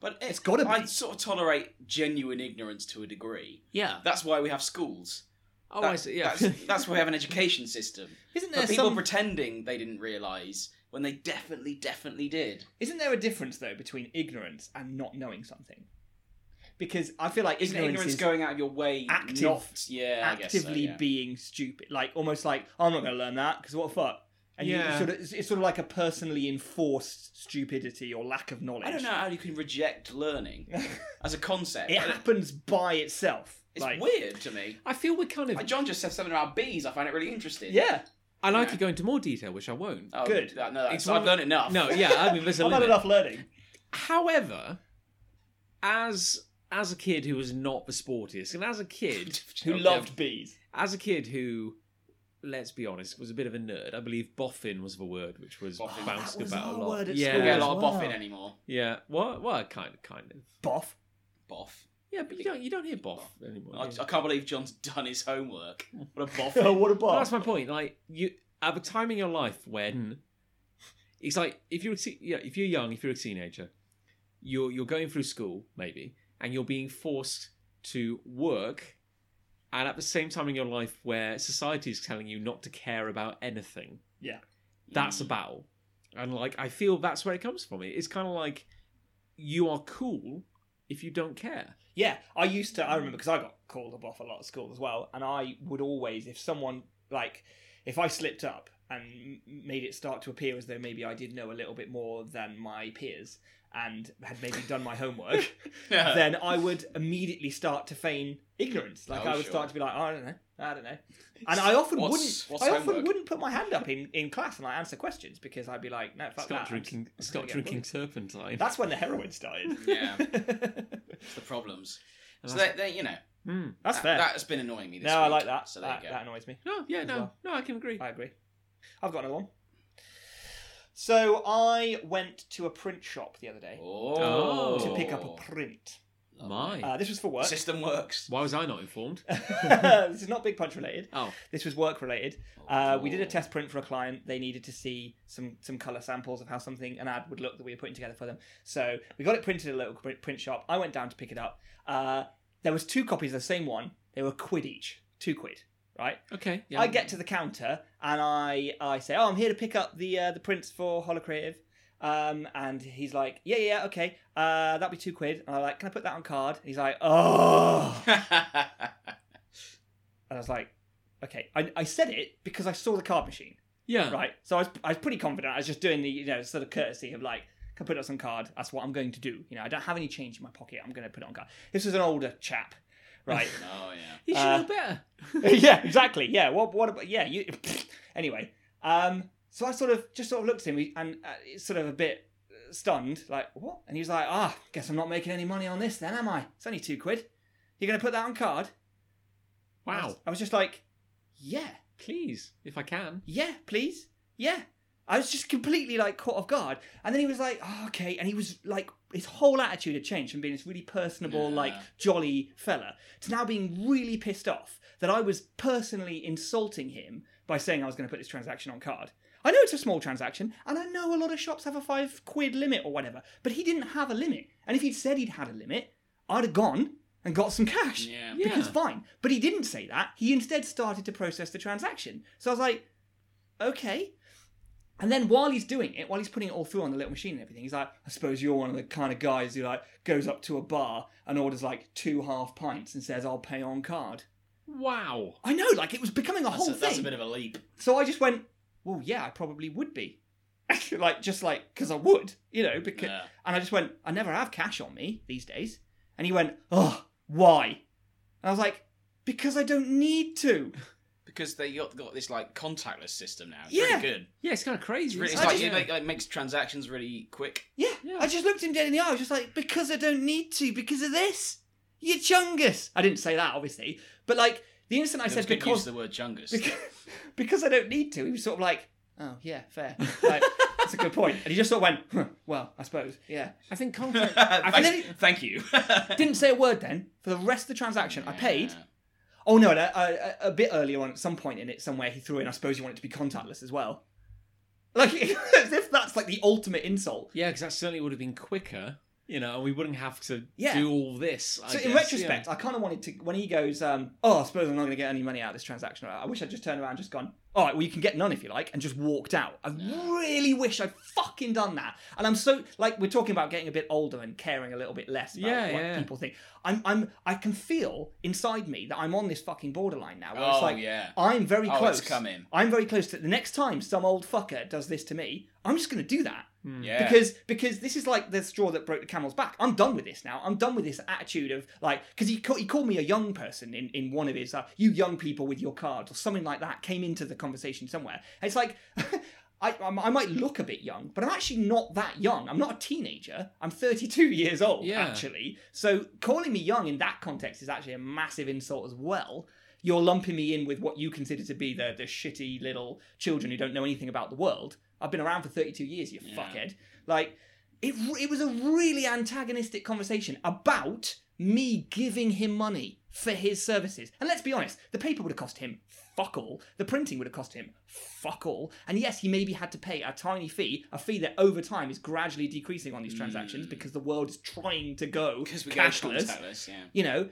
But
It's
it's
gotta be.
I sort of tolerate genuine ignorance to a degree.
yeah.
That's why we have schools.
Oh,
That-
I see. Yeah,
That's, that's why we have an education system.
isn't
But
there
people
some?
pretending they didn't realise when they definitely, definitely did.
Isn't there a difference though between ignorance and not knowing something? Because I feel like
Isn't
ignorance,
ignorance
is
going out of your way?
active-
not, yeah, I guess so,
actively
yeah.
being stupid, like almost like "Oh, I'm not going to learn that because what the fuck. And you-
Yeah.
you sort of, it's- it's sort of like a personally enforced stupidity or lack of knowledge.
I don't know how you can reject learning as a concept.
It
I don't-
happens by itself.
Uh, It's
like,
weird to me.
I feel we're kind of.
Like John just said something about bees. I find it really interesting.
Yeah,
I like
Yeah.
to go into more detail, which I won't.
Oh,
Good.
that- no, that's,
It's
I've
one-
learned enough.
No, yeah, I mean, there's a
I've had
limit.
enough learning.
However, as as a kid who was not the sportiest, and as a kid
Who
Okay.
loved bees?
as a kid who, let's be honest, was a bit of a nerd. I believe boffin was the word, which was
Boffin.
bounced
That was
about a
our
lot.
word at
yeah,
We don't get a lot
As
of
well.
boffin anymore.
yeah. What? Well, kind of, kind of.
Boff.
Boff.
Yeah, but you don't you don't hear boff anymore.
I,
yeah.
I can't believe John's done his homework. What a
Oh,
boffin.
what a
But
boff.
that's my point. Like you, at the time in your life when it's like if you're a te- yeah, if you're young, if you're a teenager, you're you're going through school maybe, and you're being forced to work, and at the same time in your life where society is telling you not to care about anything. that's a
Mm.
battle and like i feel that's where it comes from It- it's kind of like you are cool if you don't care
Yeah, I used to. I remember because I got called a boff a lot at school as well, and I would always, if someone like, if I slipped up and m- made it start to appear as though maybe I did know a little bit more than my peers and had maybe done my homework,
Yeah.
then I would immediately start to feign ignorance. Like
Oh,
I would
sure.
start to be like, I don't know, I don't know, and I often
What's-
wouldn't.
what's
I often
homework?
wouldn't put my hand up in, in class and like answer questions because I'd be like, no, fuck that.
stop
I'm
drinking
just- I'm
stop
just gonna get
drinking
bullied."
turpentine
That's when the heroin started.
Yeah.
that's
It's the problems.
And
So
that's-
that, that- you know,
Hmm.
that,
fair.
that's been annoying me this
No,
week.
I like that.
So there
that,
you go.
that annoys me.
no yeah
As
no
well.
no i can agree
I agree. I've got another one. So I went to a print shop the other day
Oh.
to pick up a print.
my
Uh, this was for
The
work.
system works.
why was i not informed
this is not big punch related.
oh
This was work related. Uh, we did a test print for a client. They needed to see some some color samples of how something an ad would look that we were putting together for them. So we got it printed at a local print print shop. I went down to pick it up. Uh, there was two copies of the same one. They were a quid each. Two quid, right?
okay yeah
I get to the counter and I I say, "Oh, I'm here to pick up the uh, the prints for Holocreative." Um, and he's like, "Yeah, yeah, yeah, okay. Uh, that'll be two quid." And I'm like, "Can I put that on card?" And he's like, "Oh." And I was like, "Okay." I, I said it because I saw the card machine,
yeah
right? So I was I was pretty confident. I was just doing the you know sort of courtesy of like. Can I put it on card. That's what I'm going to do. You know, I don't have any change in my pocket. I'm going to put it on card. This was an older chap, right?
oh, yeah.
you should
Uh,
know better
yeah, exactly. Yeah. What? What about? Yeah. You. anyway, um, so I sort of just sort of looked at him and uh, it's sort of a bit uh, stunned, like what? And he was like, "Ah, guess I'm not making any money on this, then, am I? It's only two quid. You're gonna put that on card?" I
wow
was- I was just like, "Yeah,
please if i can
yeah, please, yeah." I was just completely like caught off guard, and then he was like, oh, "Okay," and he was like, his whole attitude had changed from being this really personable,
Yeah.
like jolly fella, to now being really pissed off that I was personally insulting him by saying I was going to put this transaction on card. I know it's a small transaction, and I know a lot of shops have a five quid limit or whatever, but he didn't have a limit. And if he'd said he'd had a limit, I'd have gone and got some cash.
Yeah.
Because
Yeah.
fine. But he didn't say that. He instead started to process the transaction. So I was like, okay. And then while he's doing it, while he's putting it all through on the little machine and everything, he's like, I suppose you're one of the kind of guys who like goes up to a bar and orders like two half pints and says, I'll pay on card.
wow
I know, like it was becoming a
That's
whole
a, that's a
thing.
bit of a leap.
So I just went, well, yeah, I probably would be. like, just like, because I would, you know, because.
Yeah.
And I just went, I never have cash on me these days. And he went, oh, why? And I was like, because I don't need to.
Because they got, got this like contactless system now. It's
Yeah.
really good.
yeah it's kind of
It's,
crazy
really, it's
isn't
I
like,
it?
just-
it make, like, makes transactions really quick.
Yeah,
Yeah.
I just looked him dead in the eye. I was just like, because I don't need to, because of this. You're chungus. I didn't say that, obviously. But like, the instant I
There was
said
good use of
because,
the word chungus.
because, because I don't need to, he was sort of like, oh, yeah, fair. Like, that's a good point. And he just sort of went, huh, well, I suppose, yeah.
i think contact
thank,
then
thank you.
Didn't say a word then. For the rest of the transaction, I paid. Oh no, and a, a, a bit earlier on, at some point in it, somewhere he threw in. I suppose you want it to be contactless as well. Like as if that's like the ultimate insult.
Yeah, because that certainly would have been quicker, you know, and we wouldn't have to
Yeah.
do all this. I
so in
guess,
retrospect,
yeah.
I kind of wanted to. When he goes, um, "Oh, I suppose I'm not going to get any money out of this transaction," I wish I'd just turned around and just gone, "All right, well, you can get none if you like," and just walked out. I really wish I'd fucking done that. And I'm so like, we're talking about getting a bit older and caring a little bit less about
Yeah,
what
yeah.
people think. I'm, I'm, I can feel inside me that I'm on this fucking borderline now. Where
Oh
it's like,
yeah.
I'm very
Oh,
close.
it's coming.
I'm very close to the next time some old fucker does this to me. I'm just going to do that
Yeah.
um, because because this is like the straw that broke the camel's back. I'm done with this now. I'm done with this attitude of like because he call, he called me a young person in in one of his uh, you young people with your cards or something like that came into the conversation somewhere. And it's like. I, I'm- I might look a bit young, but I'm actually not that young. I'm not a teenager. I'm 32 years old,
Yeah.
actually. So calling me young in that context is actually a massive insult as well. You're lumping me in with what you consider to be the, the shitty little children who don't know anything about the world. I've been around for 32 years, you
Yeah.
fuckhead. Like, it, it was a really antagonistic conversation about me giving him money for his services. And let's be honest, the paper would have cost him fuck all. The printing would have cost him fuck all. And yes, he maybe had to pay a tiny fee, a fee that over time is gradually decreasing on these
Hmm.
transactions because the world is trying to go
Because we go
cashless
contactless. Yeah.
you know,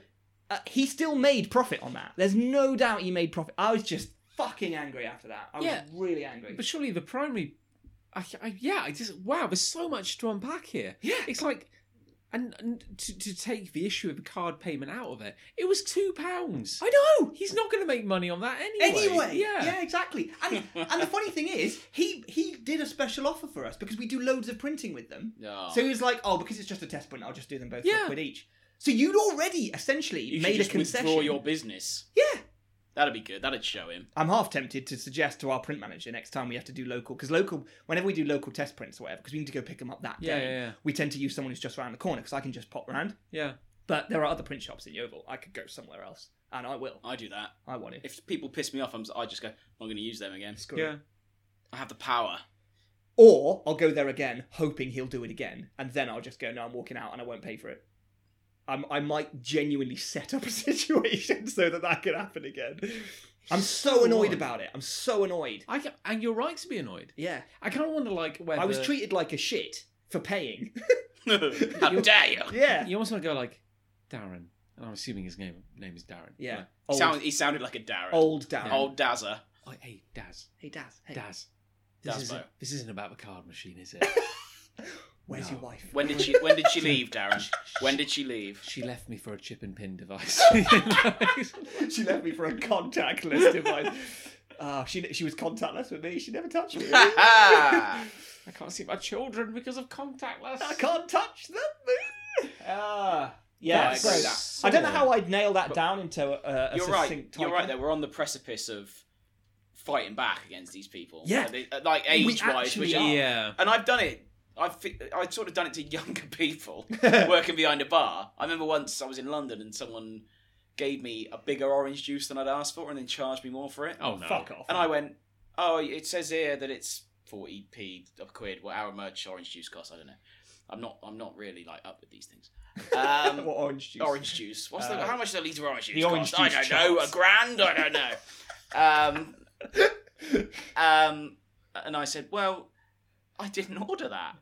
uh, he still made profit on that. There's no doubt he made profit. I was just fucking angry after that. I was
Yeah.
really angry.
But surely the primary, I, I, yeah, I just wow. There's so much to unpack here.
Yeah.
It's like, and, and to, to take the issue of the card payment out of it, it was two pounds.
I know.
He's not going to make money on that anyway.
Anyway,
yeah,
yeah, exactly. And and the funny thing is, he he did a special offer for us because we do loads of printing with them.
Oh.
So he was like, oh, because it's just a test print, I'll just do them both for
Yeah.
a quid each. So you'd already essentially
you should
made
just
a concession.
withdraw your business.
Yeah.
That'd be good. That'd show him.
I'm half tempted to suggest to our print manager next time we have to do local, because local, whenever we do local test prints or whatever, because we need to go pick them up that
Yeah,
day,
yeah, yeah.
we tend to use someone who's just around the corner, because I can just pop round.
yeah.
But there are other print shops in Yeovil. I could go somewhere else, and I will.
I do that.
I want it.
If people piss me off, I'm, s- I just go. I'm not going to use them again.
Screw
yeah.
it.
I have the power.
Or I'll go there again, hoping he'll do it again, and then I'll just go. No, I'm walking out, and I won't pay for it. I'm, I might genuinely set up a situation so that that could happen again. I'm so
so
annoyed
on.
about it. I'm so annoyed.
I ca- and you're right to be annoyed.
Yeah,
I kind of wonder like whether
I was treated like a shit for paying.
How dare you?
yeah,
You almost want to go like Darren. And I'm assuming his name name is Darren.
yeah.
Like,
Old,
Sound, e- he sounded like a Darren.
old Darren.
Old Dazza.
oh, hey Daz,
Hey Daz. Hey,
Daz. This
Dazbo.
isn't, this isn't about the card machine, is it?
where's
No.
your wife?
When did she? When did she leave, Darren? When did she leave?
she left me for a chip and pin device.
she left me for a contactless device. Ah, she she was contactless with me. She never touched me.
Ha
I can't see my children because of contactless.
I can't touch them. Ah, yeah.
I agree
so-
with that.
I don't know how I'd nail that down into a, a
You're right.
succinct
You're right.
title.
Though we're on the precipice of fighting back against these people.
Yeah.
Uh, they- uh, like age-wise,
actually
which
are.
Yeah.
and I've done it. I've fi- I've sort of done it to younger people working behind a bar. I remember once I was in London and someone gave me a bigger orange juice than I'd asked for, and then charged me more for it.
Oh no.
Fuck off.
And I went, oh, it says here that it's forty p a quid, well, how much orange juice costs. I don't know. I'm not. I'm not really like up with these things. Um,
What orange juice?
orange juice. What's the,
Uh,
how much does a liter of orange juice
the orange
cost? I
juice
don't know. A
charts.
grand. I don't know. um, um, and I said, well, I didn't order that.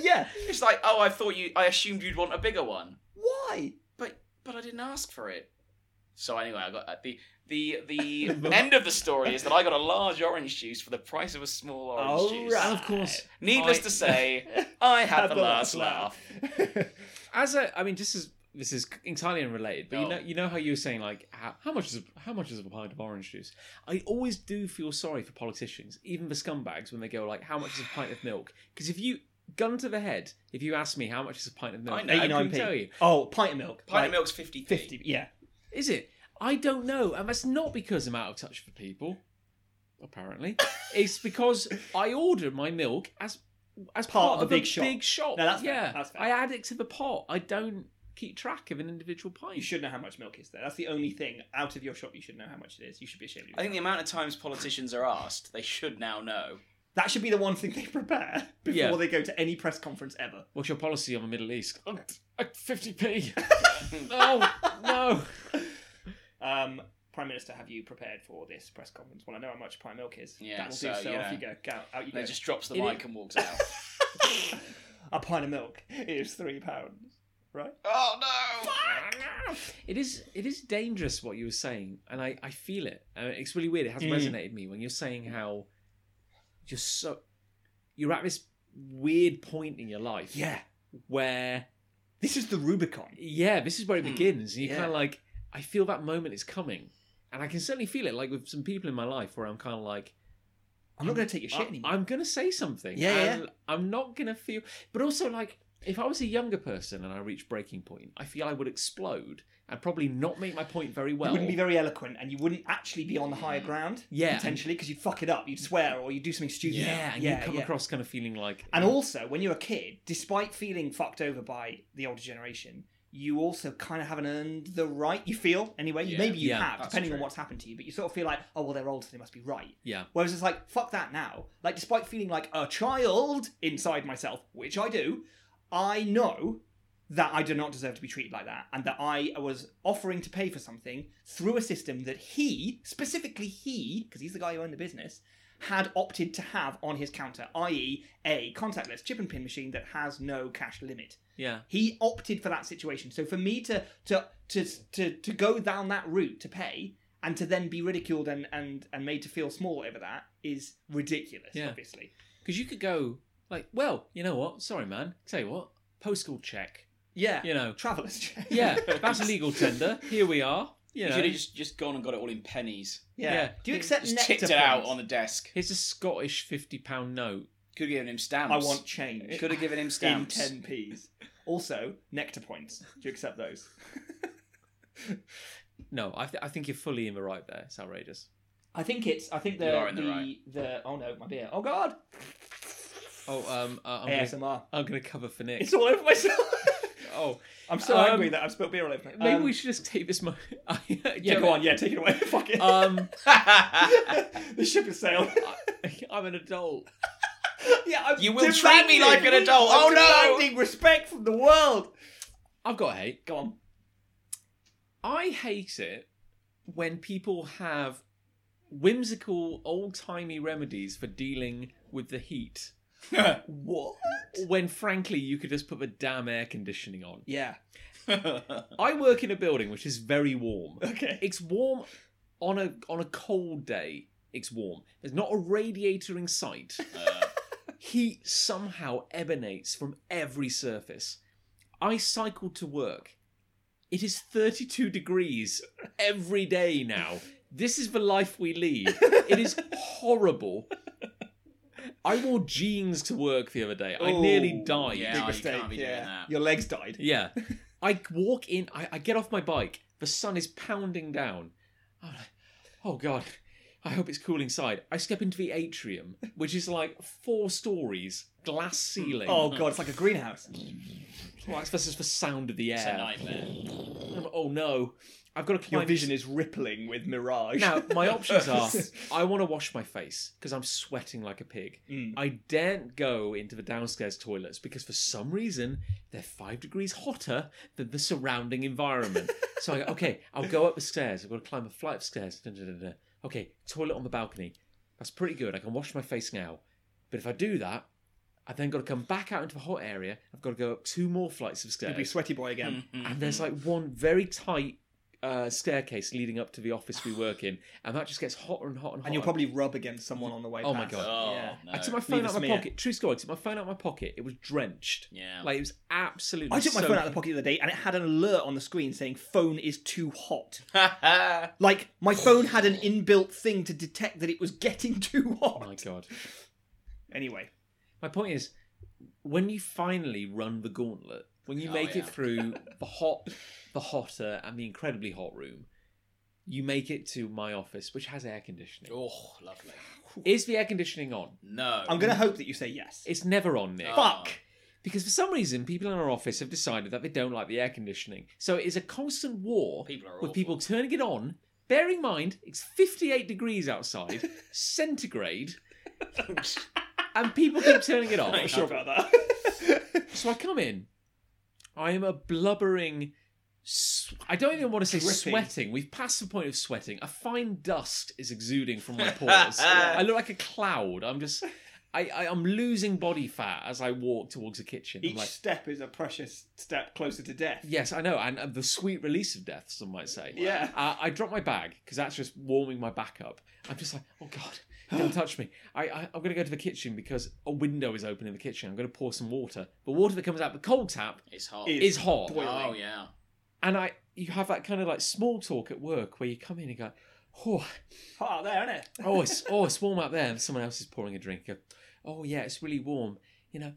yeah.
It's like, oh, I thought you. I assumed you'd want a bigger one,
Why?
but but I didn't ask for it. So anyway, I got uh, the the the end of the story is that I got a large orange juice for the price of a small orange
All
juice.
Oh, right.
And of course,
Needless
I-
to say, I had the last laugh.
as a, I mean, just as this is entirely unrelated, but you
Oh.
know, you know how you were saying like how, how much is a, how much is a pint of orange juice? I always do feel sorry for politicians, even the scumbags, when they go like, how much is a pint of milk? Because if you gun to the head, if you ask me how much is a pint of milk,
I know.
I couldn't
89p.
tell you.
Oh, pint of milk.
Pint
Like,
of milk's fifty.
Fifty. Yeah.
Is it? I don't know, and that's not because I'm out of touch for people. Apparently, it's because I order my milk as as part, of, a big shop.
No, that's fair.
yeah,
That's fair.
I add it to the pot. I don't keep track of an individual pint.
You should know how much milk is there. That's the only thing out of your shop you should know how much it is. You should be ashamed of yourself.
I think the amount of times politicians are asked, they should now know.
That should be the one thing they prepare before
Yeah.
they go to any press conference ever.
What's your policy on Uh, Oh, the Middle East? Fifty p. no, no.
Um, Prime Minister, have you prepared for this press conference? Well, I know how much Prime Milk is.
Yeah,
that will
so,
do. So
you
off
know.
you go. Go out you
They
go.
just drops the
It
mic
is-
and walks out.
a pint of milk is three pounds, right?
oh no!
It is it is dangerous what you were saying, and I, I feel it. Uh, it's really weird. It has
Mm.
resonated me when you're saying how you're so you're at this weird point in your life
Yeah,
where
this is the Rubicon.
yeah, this is where it
Hmm.
begins, and you're
Yeah.
kind of like I feel that moment is coming, and I can certainly feel it. Like with some people in my life where I'm kind of like
I'm not going to take your shit
I-
anymore.
I'm gonna say something.
Yeah, yeah.
and I'm not gonna feel. But also, like, if I was a younger person and I reached breaking point, I feel I would explode and probably not make my point very well.
you wouldn't be very eloquent, and you wouldn't actually be on the higher ground.
Yeah.
potentially because you'd fuck it up. You'd swear or you'd do something stupid.
yeah, and
yeah,
you come
yeah.
across kind of feeling like. oh,
And also, when you're a kid, despite feeling fucked over by the older generation, you also kind of haven't earned the right. You feel anyway.
Yeah,
maybe you
yeah,
have,
that's
depending on
true.
what's happened to you. But you sort of feel like, oh well, they're old, so they must be right.
Yeah.
Whereas it's like, fuck that now. Like, despite feeling like a child inside myself, which I do, I know that I do not deserve to be treated like that, and that I was offering to pay for something through a system that he, specifically he, because he's the guy who owned the business, had opted to have on his counter, i.e., a contactless chip and pin machine that has no cash limit.
Yeah.
He opted for that situation. So for me to to to to, to go down that route to pay and to then be ridiculed and, and, and made to feel small over that is ridiculous,
Yeah.
obviously.
Because you could go, like, well, you know what? Sorry, man. Tell you what, postal check.
Yeah.
You know.
Travelers check.
Yeah, that's a legal tender. Here we are. You
You
know.
should have just, just gone and got it all in pennies.
Yeah.
Yeah.
Do you accept
Just
nectar
tipped it out
points?
on the desk.
Here's a Scottish £50 note.
Could have given him stamps.
I want change.
Could have given him
in
stamps.
ten p's. Also, nectar points. Do you accept those?
No, I, th- I think you're fully in the right there. It's outrageous.
I think it's. I think
You
the
are in
the,
the
the,
right.
Oh no, my beer. Oh god.
Oh, um, uh, I'm gonna,
ASMR.
I'm gonna cover for Nick.
It's all over myself.
Oh,
I'm so
Um,
angry that I've spilled beer all over. me.
Maybe
Um,
we should just take this moment.
Yeah, go on. Yeah, take it away. Fuck it.
Um,
Uh,
the ship has sailed.
I'm an adult.
yeah, I'm
You will treat me like an adult.
I'm
Oh, no.
demanding respect from the world.
I've got hate.
Go on.
I hate it when people have whimsical, old timey remedies for dealing with the heat.
What?
When frankly, you could just put the damn air conditioning on.
Yeah.
I work in a building which is very warm.
Okay.
It's warm on a on a cold day. It's warm. There's not a radiator in sight.
Uh,
Heat somehow emanates from every surface. I cycled to work. It is 32 degrees every day now. This is the life we lead. It is horrible. I wore jeans to work the other day. I nearly
Oh,
died.
yeah.
Big
you
mistake.
can't be doing
yeah.
that.
Your legs died.
Yeah. I walk in, I, I get off my bike, the sun is pounding down. I'm like, oh God, I hope it's cool inside. I step into the atrium, which is like four stories, glass ceiling.
Oh god, it's like a greenhouse.
Well, that's just the sound of the air.
it's a nightmare.
I'm- oh no, I've got to climb.
Your vision is rippling with mirage.
now, my options are I want to wash my face because I'm sweating like a pig.
Mm.
I daren't go into the downstairs toilets because for some reason they're five degrees hotter than the surrounding environment. so I go, okay, I'll go up the stairs. I've got to climb a flight of stairs. Da, da, da, da. Okay, toilet on the balcony. That's pretty good. I can wash my face now. But if I do that, I've then got to come back out into the hot area. I've got to go up two more flights of
You'll be
stairs.
sweaty boy again.
Mm-hmm.
And there's like one very tight uh, staircase leading up to the office we work in. And that just gets hotter and hotter and hotter.
And you'll probably rub against someone on the way
Oh my
past.
God.
Oh,
Yeah.
no.
I took my phone
Leave
out
a
of my
smear.
pocket. True story. I took my phone out of my pocket. It was drenched.
Yeah.
Like it was absolutely.
I took my
soaking.
phone out of the pocket the other day and it had an alert on the screen saying phone is too hot.
Like,
Like my phone had an inbuilt thing to detect that it was getting too
Oh my
hot.
god.
Anyway,
My point is, when you finally run the gauntlet, when you
Oh,
make
yeah.
it through the hot, the hotter, and the incredibly hot room, you make it to my office, which has air conditioning.
oh, lovely.
Is the air conditioning on?
No.
I'm gonna hope that you say yes.
It's never on, Nick.
Oh.
Fuck.
Because for some reason, people in our office have decided that they don't like the air conditioning. So it is a constant war
People are
with people turning it on. Bear in mind, it's 58 degrees outside, centigrade, and people keep turning it
I'm not
off.
sure about that.
So I come in. I am a blubbering
s-
I don't even want to say
Dripping.
sweating. We've passed the point of sweating. A fine dust is exuding from my pores. I look like a cloud. I'm just, I, I, I'm losing body fat as I walk towards the kitchen. I'm
Each
like,
step is a precious step closer to death.
yes, I know, and uh, the sweet release of death, some might say.
Yeah.
Uh, I drop my bag because that's just warming my back up. I'm just like, oh god, don't touch me. I, I I'm gonna go to the kitchen because a window is open in the kitchen. I'm gonna pour some wawater. The water that comes out the cold tap
it's hot.
Is-
is hot.
boiling.
oh yeah.
and I you have that kind of like small talk at work where you come in and go, oh,
Hot out there, isn't it?
oh, it's oh, it's warm out there, and someone else is pouring a drink. You go, oh yeah, it's really warm. You know,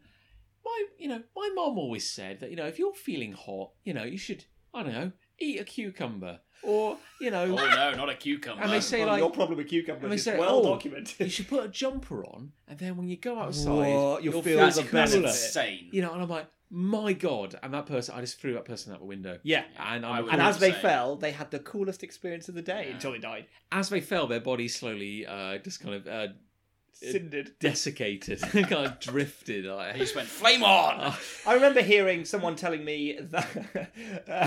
my you know my mom always said that you know if you're feeling hot, you know you should I don't know eat a cucumber or you
Oh
know
no, not a cucumber.
and they say
Well, your
like.
problem with cucumbers
and they
is
say,
well
oh, You
documented.
should put a jumper on, and then when you go outside,
Whoa, you'll feel
that's
the
cooler.
benefit.
insane.
You know, and I'm like, my god! And that person, I just threw that person out the window.
Yeah.
And
I
I'm
would
And as they
Insane.
fell, they had the coolest experience of the day
Yeah.
until they died.
as they fell, their bodies slowly uh, just kind of uh,
Cindered.
desiccated, kind of drifted.
He
Like,
just went flame on.
Oh,
I remember hearing someone telling me that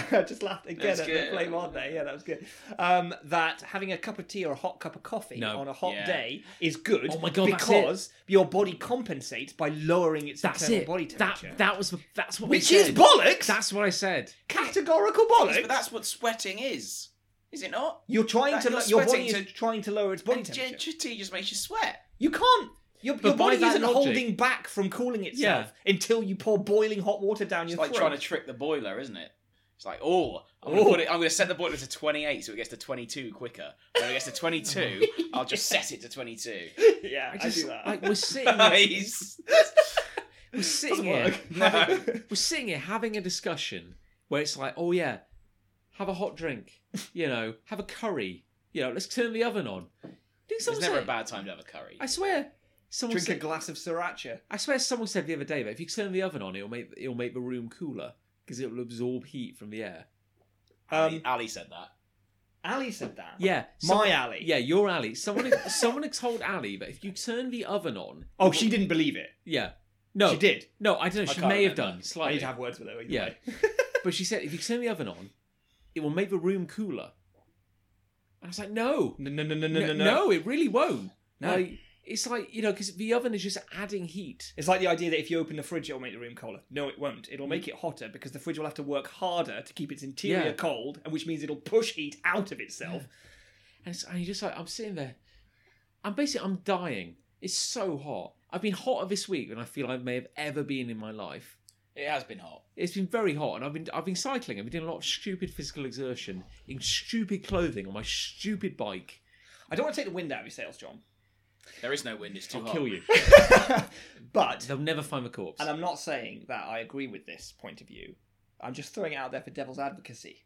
I just laughed again
That's
at
good.
the flame on there. Yeah, that was good. Um, that having a cup of tea or a hot cup of coffee
No.
on a hot
Yeah.
day is good.
Oh my God, that's it.
because your body compensates by lowering its
that's
internal
it.
body
that
temperature.
that was the, that's what. we
which is
said.
bollocks.
That's what I said.
categorical bollocks.
But that's what sweating is, is it not?
you're trying
that
to
you're
lo- your body
sweating
is
to-
trying to lower its body
And
temperature.
Electricity just makes you sweat.
You can't. Your, your
by
body
that
isn't
logic-
holding back from cooling itself until you pour boiling hot water down
It's
your
like
throat.
trying to trick the boiler, isn't it? It's like, oh, I'm gonna
Oh.
put it. I'm gonna set the boiler to 28 so it gets to 22 quicker. When it gets to 22, I'll just set it to 22.
yeah, I,
I just
do that.
like we're sitting, here,
Nice.
we're sitting
Doesn't
here,
work.
No.
we're sitting here having a discussion where it's like, oh yeah, have a hot drink, you know, have a curry, you know, let's turn the oven on. Do
There's
someone
never a
say-
bad time to have a curry.
I swear, someone
Drink a
said,
glass of sriracha.
I swear someone said the other day that if you turn the oven on, it'll make it'll make the room cooler because it will absorb heat from the air.
Ali,
Um,
Ali said that.
Ali said that.
Yeah,
Uh, my
someone-
Ali.
Yeah, your Ali. Someone someone had told Ali that if you turn the oven on,
Oh, she didn't believe it.
yeah, no,
She did.
no, I don't know.
I
She
can't
may have
remember.
done
I
slightly,
need to have words with her. either
Yeah.
way.
but she said if you turn the oven on, it will make the room cooler. And I was like, no,
No, no, no, no, no, no, no.
it really won't.
No.
Like, it's like you know, because the oven is just adding heat.
It's like the idea that if you open the fridge, it'll make the room colder. No, it won't. It'll make it hotter because the fridge will have to work harder to keep its interior
Mm. Yeah.
cold, and which means it'll push heat out of itself.
And, it's, and you're just like, I'm sitting there. I'm basically, I'm dying. It's so hot. I've been hotter this week than I feel I may have ever been in my life.
It has been hot.
It's been very hot, and I've been I've been cycling. I've been doing a lot of stupid physical exertion in stupid clothing on my stupid bike.
I don't want to take the wind out of your sails, John,
There is no wind. It's too
I'll
hot.
kill you.
but
They'll never find the corpse.
and I'm not saying that I agree with this point of view. I'm just throwing it out there for devil's advocacy.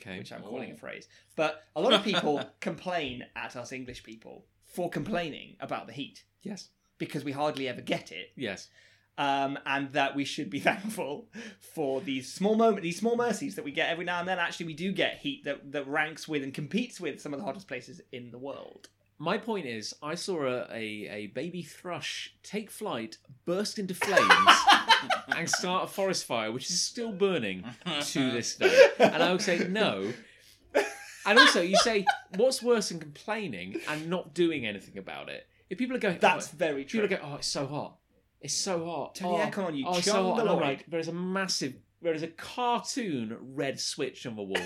Okay.
which I'm
Oh.
calling a phrase. But a lot of people complain at us English people for complaining about the heat
Yes.
because we hardly ever get it,
Yes.
um, and that we should be thankful for these small moment, these small mercies that we get every now and then. Actually, we do get heat that that ranks with and competes with some of the hottest places in the world.
My point is, I saw a, a, a baby thrush take flight, burst into flames, and start a forest fire, which is still burning to this day. And I would say no. And also, you say, what's worse than complaining and not doing anything about it? If people are going,
That's
oh,
very
people
true.
are going, oh, it's so hot, it's so hot.
Turn
oh,
the aircon on, you
oh, it's
chum
so hot. And I'm
Lloyd.
like, there is a massive, there is a cartoon red switch on the wall.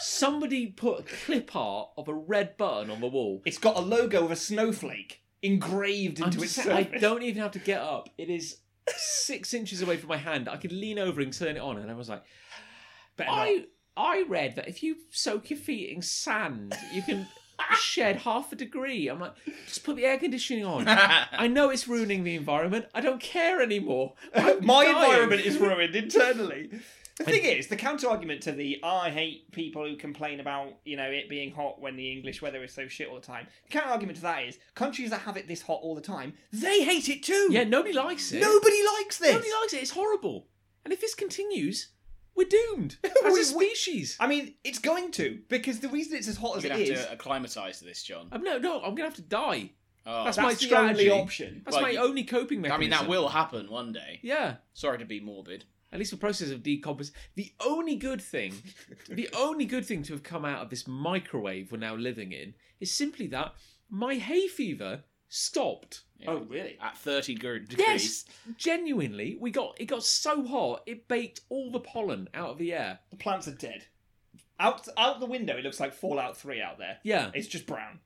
Somebody put a clip art of a red button on the wall.
It's got a logo of a snowflake engraved
I'm
into its
just saying,
surface.
I don't even have to get up. It is six inches away from my hand. I could lean over and turn it on, and I was like,
Better not.
I I read that if you soak your feet in sand, you can shed half a degree. I'm like, just put the air conditioning on. I know it's ruining the environment. I don't care anymore. I'm
my
dying.
environment is ruined internally. The thing is, the counter argument to the I hate people who complain about you know it being hot when the English weather is so shit all the time. The counter argument to that is countries that have it this hot all the time, they hate it too.
Yeah, nobody likes it.
nobody likes this.
nobody likes it. It's horrible. And if this continues, we're doomed as
We-
a species.
I mean, it's going to because the reason it's as hot
I'm
as
gonna
it
have
is,
to uh, acclimatise to this, John.
I'm, no, no, I'm gonna have to die.
Oh.
That's
that's
my
the
strategy.
only option.
That's
Well,
my
you-
only coping mechanism.
I mean, that will happen one day.
Yeah.
Sorry to be morbid.
At least the process of decomposition. The only good thing, the only good thing to have come out of this microwave we're now living in is simply that my hay fever stopped.
Yeah.
Oh, really?
At 30 gr- degrees.
Yes, genuinely, we got it got so hot it baked all the pollen out of the air.
The plants are dead. Out out the window, it looks like Fallout Three out there.
Yeah,
It's just brown.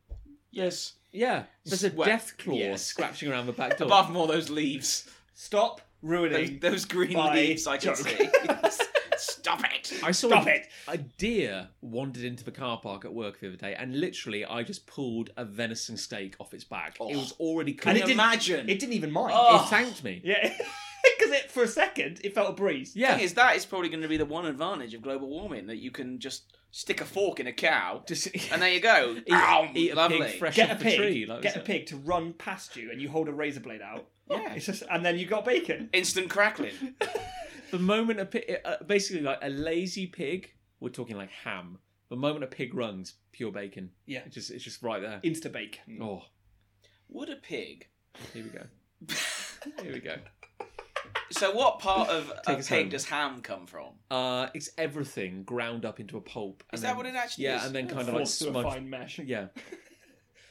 Yes.
yeah. There's a
Sweat.
death claw
Yes.
scratching around the back door.
Apart from all those leaves.
Stop
Those,
ruining.
those green
My
leaves I can
joke.
see. Stop it!
I saw
Stop
a,
it.
a deer wandered into the car park at work the other day, and literally, I just pulled a venison steak off its back. It was already
Can
cooked.
Oh. And it
It,
you
didn't-
imagine?
It didn't even mind.
Oh.
thanked me.
Yeah, because it for a second it felt a breeze.
The
Yeah,
thing is, that is probably going to be the one advantage of global warming that you can just stick a fork in a cow
just
and there you go.
eat,
Ow,
eat a
lovely.
pig fresh
Get a
off
pig.
the tree. Like,
get a pig to run past you, and you hold a razor blade out.
Yeah.
It's just, and then you got bacon.
Instant crackling.
The moment a pig, uh, basically, like a lazy pig. We're talking like ham. The moment a pig runs, pure bacon.
Yeah.
it's just it's just right there.
Insta bacon.
Oh,
Would a pig.
here we go. Here we go.
So, what part of a
Take
pig
us home.
does ham come from?
Uh, it's everything ground up into a pulp.
Is
and
that
then-
what it actually
Yeah,
is?
and then kind of like
Forced to a
smudged.
fine mesh.
Yeah.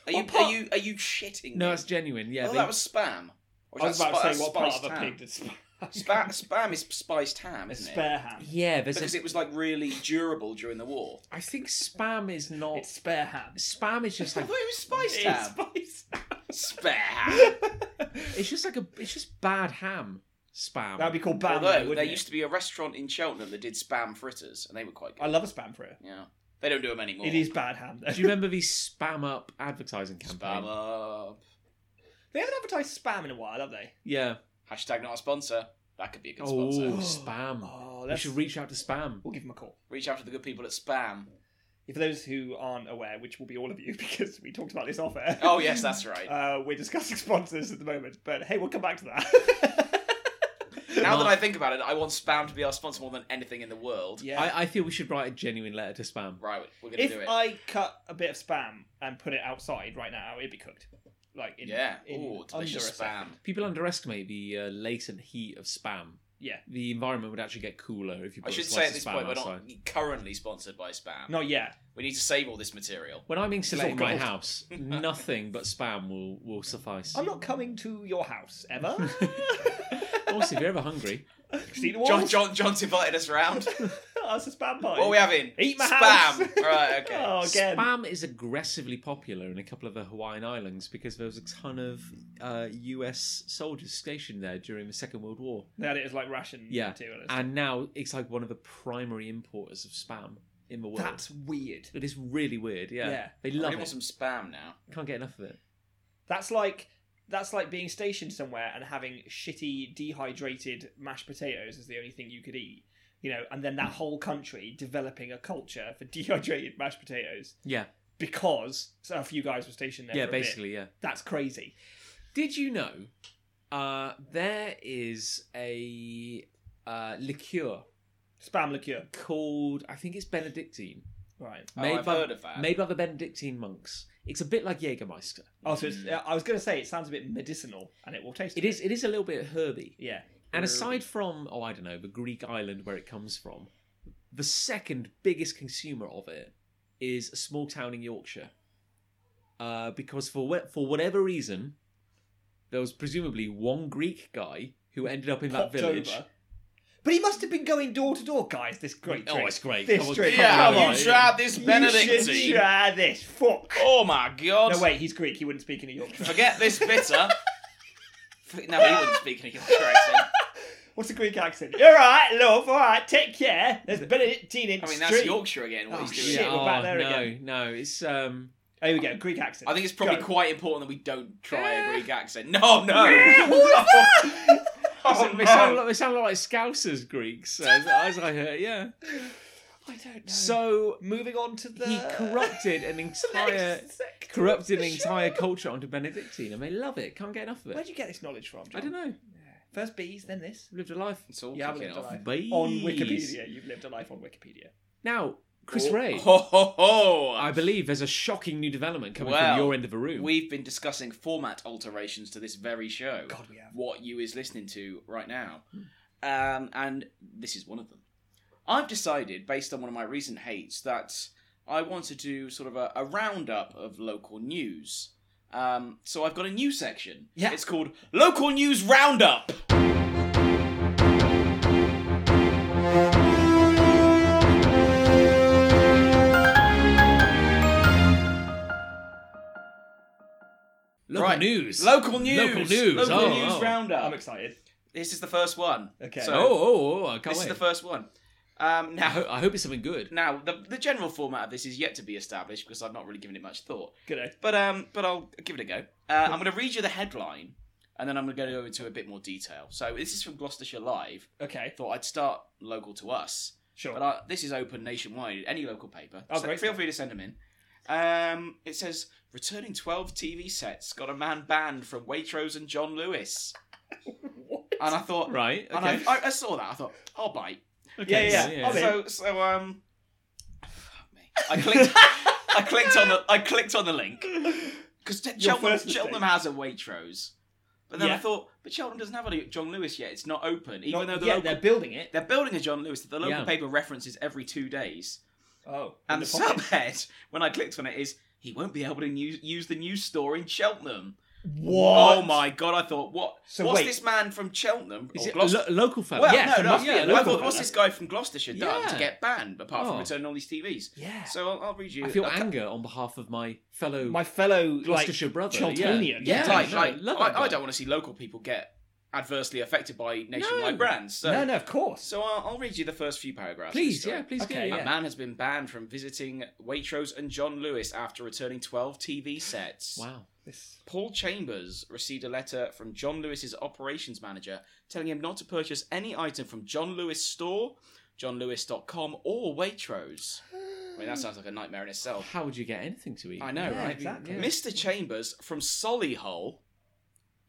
Are you
What
are
part-
you are you shitting?
No,
me?
it's genuine. Yeah.
oh,
they-
that was spam. Or is
I was
that
about
spi-
to say what part
spiced
of a
ham?
pig did sp-
Spa- spam is spiced ham,
a
isn't it?
spare ham.
Yeah, there's
Because
a,
it was like really durable during the war.
I think spam is not
It's spare ham.
spam is just
I
like
thought it was spiced
It's
ham.
spiced ham.
Spare ham.
it's just like a it's just bad ham spam.
That'd be called bad.
Although
wouldn't
there
it?
used to be a restaurant in Cheltenham that did spam fritters, and they were quite good.
I love a spam fritter.
Yeah, they don't do them anymore.
It is bad ham. Though.
Do you remember the spam up advertising campaign?
spam up.
they haven't advertised spam in a while, have they?
Yeah.
Hashtag not a sponsor. That could be a good
Oh,
sponsor.
spam.
Oh,
You
that's...
should reach out to spam.
We'll give them a call.
Reach out to the good people at Spam.
For those who aren't aware, which will be all of you, because we talked about this off air.
Oh yes, that's right.
Uh, we're discussing sponsors at the moment, but hey, we'll come back to that.
now that
Mark-
I think about it, I want Spam to be our sponsor more than anything in the world.
yeah.
I, I feel we should write a genuine letter to spam.
Right, we're gonna do
if
it.
I cut a bit of spam and put it outside right now, it'd be cooked. Like in,
yeah.
in
Ooh,
under a
delicious Spam.
second.
People underestimate the uh, latent heat of spam.
Yeah.
The environment would actually get cooler if you
I
put a
should
slice
say at
of
this
spam
point, we're
outside.
not currently sponsored by Spam.
Not yet.
We need to save all this material.
When I'm insulating my
gold.
house, nothing but spam will, will suffice.
I'm not coming to your house ever.
Also, if you're ever hungry,
See the
John,
walls?
John, John's invited us round.
That's a spam party.
what are we having?
Eat my
Spam.
house.
All right, okay.
Oh, again.
spam is aggressively popular in a couple of the Hawaiian islands because there was a ton of uh, U.S. soldiers stationed there during the Second World War,
They had it as like ration
Yeah.
material. and stuff.
and now it's like one of the primary importers of spam in the world.
That's weird.
It is really weird. Yeah,
Yeah.
they
I
love
really
it.
want some Spam now.
Can't get enough of it.
That's like that's like being stationed somewhere and having shitty dehydrated mashed potatoes as the only thing you could eat. You know, and then that whole country developing a culture for dehydrated mashed potatoes
Yeah,
because a few guys were stationed there.
yeah,
for a bit.
basically, yeah.
That's crazy.
Did you know uh, there is a uh, liqueur
Spam liqueur.
called I think it's Benedictine.
Right.
Oh, I've
by,
heard of that.
Made by the Benedictine monks. It's a bit like Jägermeister.
Oh, so it's, I was going to say it sounds a bit medicinal and it will taste.
It is. It is a little bit herby.
Yeah.
And aside from, oh, I don't know, the Greek island where it comes from, the second biggest consumer of it is a small town in Yorkshire, uh, because for wh- for whatever reason, there was presumably one Greek guy who ended up in that
Popped
village.
over. But he must have been going door to door, guys. This great
Oh,
drink.
it's great.
This
Come on,
drink.
come on,
Yeah,
Come
come
have
on.
you tried this
You should
Benedictine?
try this. Fuck.
Oh my god.
No, wait, he's Greek. He wouldn't speak any Yorkshire.
Forget this bitter. F- no, he wouldn't speak any Yorkshire accent.
What's a Greek accent? All right, love. All right, take care. There's Benedictine in
I mean,
street.
that's Yorkshire again, what
Oh,
he's doing.
shit. we're back there
no,
again.
no, it's um,
Oh, here we go. Greek accent.
I think it's probably
Go.
quite important that we don't try a Greek accent. No, no. Oh,
they, sound like, they sound like Scousers Greeks, as, as I heard. Yeah.
I don't know.
So
moving on to the
he corrupted an entire
Next section.
corrupted an entire culture onto Benedictine, and they love it. Can't get enough of
Where'd
it.
you get this knowledge from? John?
I don't know.
First bees, then this.
Lived a life.
It's all
You have
kicking
lived a
off.
life
Bees.
on Wikipedia. Oh, You've lived a life on Wikipedia.
Now, Chris Ray.
Ho, ho, ho.
I believe there's a shocking new development coming
Well,
from your end of the room.
We've been discussing format alterations to this very show.
God, we have.
What you is listening to right now. um, and this is one of them. I've decided, based on one of my recent hates, that I want to do sort of a, a roundup of local news. Um, so I've got a new section.
Yeah.
It's called Local News Roundup.
Local
Right.
news.
Local news.
Local news.
Local
oh,
news
oh.
roundup.
I'm excited.
This is the first one.
Okay.
So
Oh, oh, oh, I can't
this
wait.
is the first one. Um,
I,
now,
ho- I hope it's something good.
now the, the general format of this is yet to be established because I've not really given it much thought.
Good. eh?
But um, but I'll give it a go. Uh, I'm going to read you the headline, and then I'm going to go into a bit more detail. So this is from Gloucestershire Live.
Okay.
I thought I'd start local to us,
Sure.
but I, this is open nationwide. Any local paper.
Oh,
so
great
feel
stuff.
free to send them in. Um, it says returning 12 TV sets got a man banned from Waitrose and John Lewis. And I thought,
Right. Okay.
and I, I, I saw that. I thought, I'll bite.
Okay,
yeah,
so,
yeah. I'll be-
So so um, fuck me. I clicked. I clicked on the. I clicked on the link because Cheltenham,
first mistake.
Cheltenham has a Waitrose, but then I
Yeah.
thought, but Cheltenham doesn't have a John Lewis yet. It's not open, even
Not
though the
yet,
local,
they're building it.
they're building a John Lewis that the local
Yeah.
paper references every two days.
Oh. in
And
the
the
pocket.
subhead, when I clicked on it, is he won't be able to use, use the news store in Cheltenham.
What?
Oh my god! I thought, what?
So
what's
wait.
this man from Cheltenham?
Is it
or
a
Gloucester?
lo- local fellow?
Well,
Yeah,
no,
so
no.
must be a
yeah,
local
I thought,
one,
what's
right?
this guy from Gloucestershire done
Yeah.
to get banned, apart from
Oh.
returning all these TVs?
Yeah.
So I'll, I'll read you.
I feel
a cou-
anger on behalf of my fellow
my fellow like
Gloucestershire brother.
Cheltonian.
Yeah,
Yeah,
like,
no,
like,
love that
I, I
guy.
don't want to see local people get adversely affected by nationwide
No.
brands. So,
no, no, of course.
so I'll, I'll read you the first few paragraphs. of this
Please,
story.
yeah, please
Okay,
go.
A
yeah.
man has been banned from visiting Waitrose and John Lewis after returning 12 TV sets.
Wow.
This-
Paul Chambers received a letter from John Lewis's operations manager telling him not to purchase any item from John Lewis store, johnlewis.com, or Waitrose. I mean, that sounds like a nightmare in itself.
How would you get anything to eat?
I know,
Yeah,
right?
exactly.
Mr. Chambers from Solihull.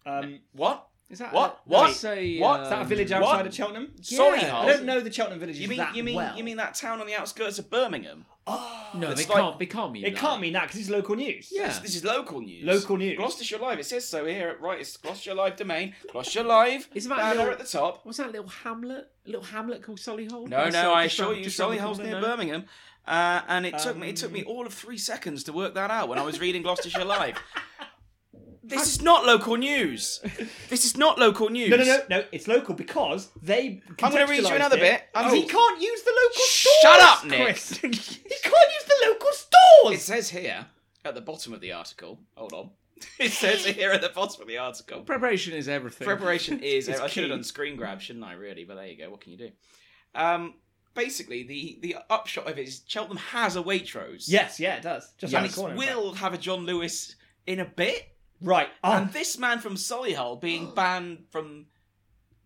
Um,
What?
Is that
What?
A,
What?
That's a, um,
What?
is that a village
what?
outside of Cheltenham?
Sorry,
Yeah.
Hull.
I don't know the Cheltenham villages
You mean
that
you mean
well.
you mean that town on the outskirts of Birmingham?
Oh,
No,
It's
they
like-
can't. They can't mean
it
that.
can't mean that because it's local news.
Yeah.
This, this is local news.
Local news.
Gloucestershire Live. It says so here. at- Right, it's Gloucestershire Live domain. Gloucestershire Live.
It's about
banner
your-
at the top.
What's that little hamlet? A little hamlet called Solihull?
No,
Just
no,
round-
I
just
assure
round-
you,
just round the
Solihull's
corner,
near
no?
Birmingham. Uh, and it took me it took me
Um,
all of three seconds to work that out when I was reading Gloucestershire Live. This is not local news. This is not local news.
No, no, no, no. It's local because they.
I'm gonna read you another
contextualised
bit.
it,
I'm-
and he can't use the local stores.
Shut up, Nick.
Chris. he can't use the local stores.
It says here at the bottom of the article. Hold on. It says here at the bottom of the article.
Preparation is everything.
Preparation is.
It's
I should have
key.
done screen grab, shouldn't I? Really, but there you go. What can you do? Um, basically, the the upshot of it is Cheltenham has a Waitrose.
yes, yeah, it does. Just
and
around the
it
corner. in fact.
will have a John Lewis in a bit.
Right. Oh,
And this man from Solihull being banned from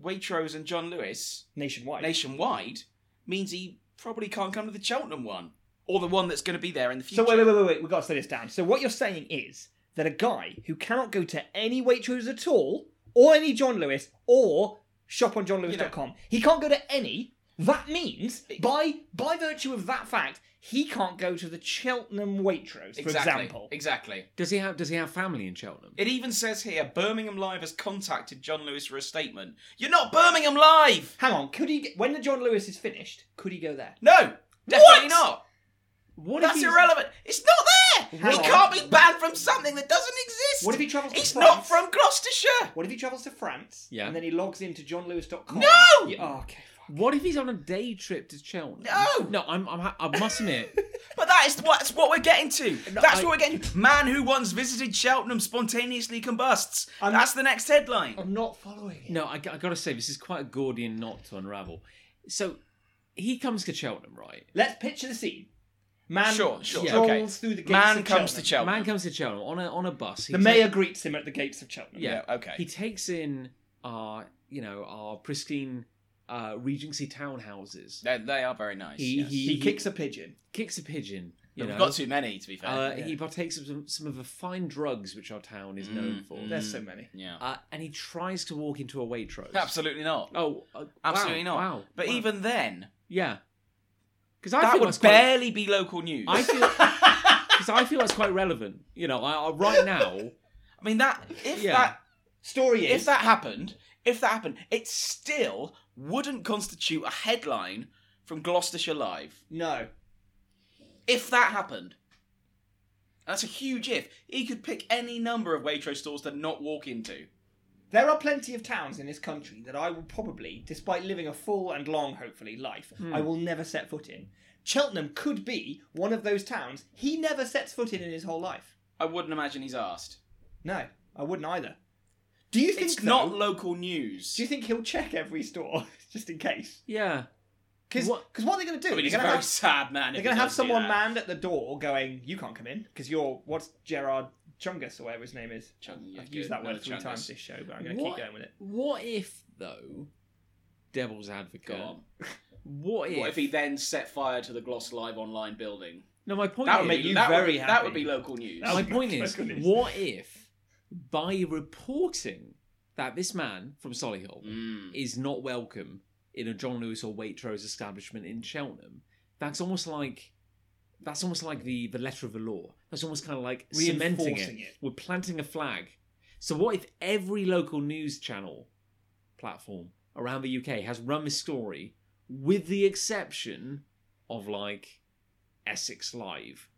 Waitrose and John Lewis
nationwide.
nationwide means he probably can't come to the Cheltenham one or the one that's going to be there in the future.
so wait, wait, wait, wait, wait. We've got to slow this down. So what you're saying is that a guy who cannot go to any Waitrose at all, or any John Lewis, or shop on johnlewis.com, he can't go to any. That means by by virtue of that fact, he can't go to the Cheltenham Waitrose, for
exactly.
example.
Exactly.
Does he have? Does he have family in Cheltenham?
It even says here Birmingham Live has contacted John Lewis for a statement. You're not Birmingham Live!
Hang on, could he? When the John Lewis is finished, could he go there?
No!
What?
Definitely not!
What
That's irrelevant! It's not there!
Hang
he
on.
can't be banned from something that doesn't exist!
What if he travels? To
He's
France?
not from Gloucestershire!
What if he travels to France?
Yeah.
And then he logs into johnlewis.com.
No!
Yeah, oh, okay. Fuck.
What if he's on a day trip to Cheltenham?
No!
no, I'm, I'm, ha- I must admit,
But that is what, that's what we're getting to. That's
I-
what we're getting to. Man who once visited Cheltenham spontaneously combusts.
I'm-
that's the next headline.
I'm not following it.
no, I, g- I gotta say, this is quite a Gordian knot to unravel. So he comes to Cheltenham, right?
Let's picture the scene. Man
Sure, sure,
strolls
okay.
through the gates
Man
of
comes to
Cheltenham.
A
Cheltenham.
man comes to Cheltenham on a on a bus. He
The
ta-
mayor greets him at the gates of Cheltenham.
yeah,
Yeah, okay.
He takes in our, you know, our pristine uh, Regency townhouses.
they, they are very nice.
He-
yes.
he-
He kicks a pigeon.
Kicks a pigeon. You
But
know,
We've got too many, to be fair.
uh,
yeah.
He partakes of some, some of the fine drugs which our town is known
Mm,
for.
mm.
There's so many.
yeah.
Uh, and he tries to walk into a Waitrose.
Absolutely not.
Oh, uh,
Absolutely
wow,
not.
Wow.
But
wow.
even then,
yeah, because I
that
feel
would
that's quite,
barely be local news.
I feel because I feel that's quite relevant. You know, I, I, right now,
I mean, that if
Yeah.
that
Story
if
is
that happened, if that happened, it still wouldn't constitute a headline from Gloucestershire Live
No.
if that happened. That's a huge if. He could pick any number of Waitrose stores to not walk into.
There are plenty of towns in this country that I will probably, despite living a full and long, hopefully, life, I will never set foot in. Cheltenham could be one of those towns he never sets foot in in his whole life.
I wouldn't imagine he's asked.
No, I wouldn't either. Do you think
It's not
though-
local news.
Do you think he'll check every store just in case?
Yeah.
Because what?
What-
what are they going to do?
I
they're
mean, he's a
going to
very
have,
sad man.
they're
if
gonna
he
have
does do
someone
that.
manned at the door going, "You can't come in because you're what's Gerard Chungus or whatever his name is."
Chung, yeah,
I've used
good.
that word
Another
three
Chungus.
times this show, but I'm going to keep
What-
going with it.
What if though? Devil's advocate.
Go on.
What if?
What if he then set fire to the Gloss Live online building?
No, my
Oh,
point.
That
is,
would make you
that would
very
be-
happy.
that
That
would
would
be
be local news.
That
my
would be
point
my
is,
goodness.
what if by reporting that this man from Solihull
Mm.
Hmm.
is not welcome in a John Lewis or Waitrose establishment in Cheltenham, that's almost like that's almost like the the letter of the law. That's almost kind of like cementing it.
Reinforcing it.
We're planting a flag. So what if every local news channel platform around the UK has run this story, with the exception of like Essex Live?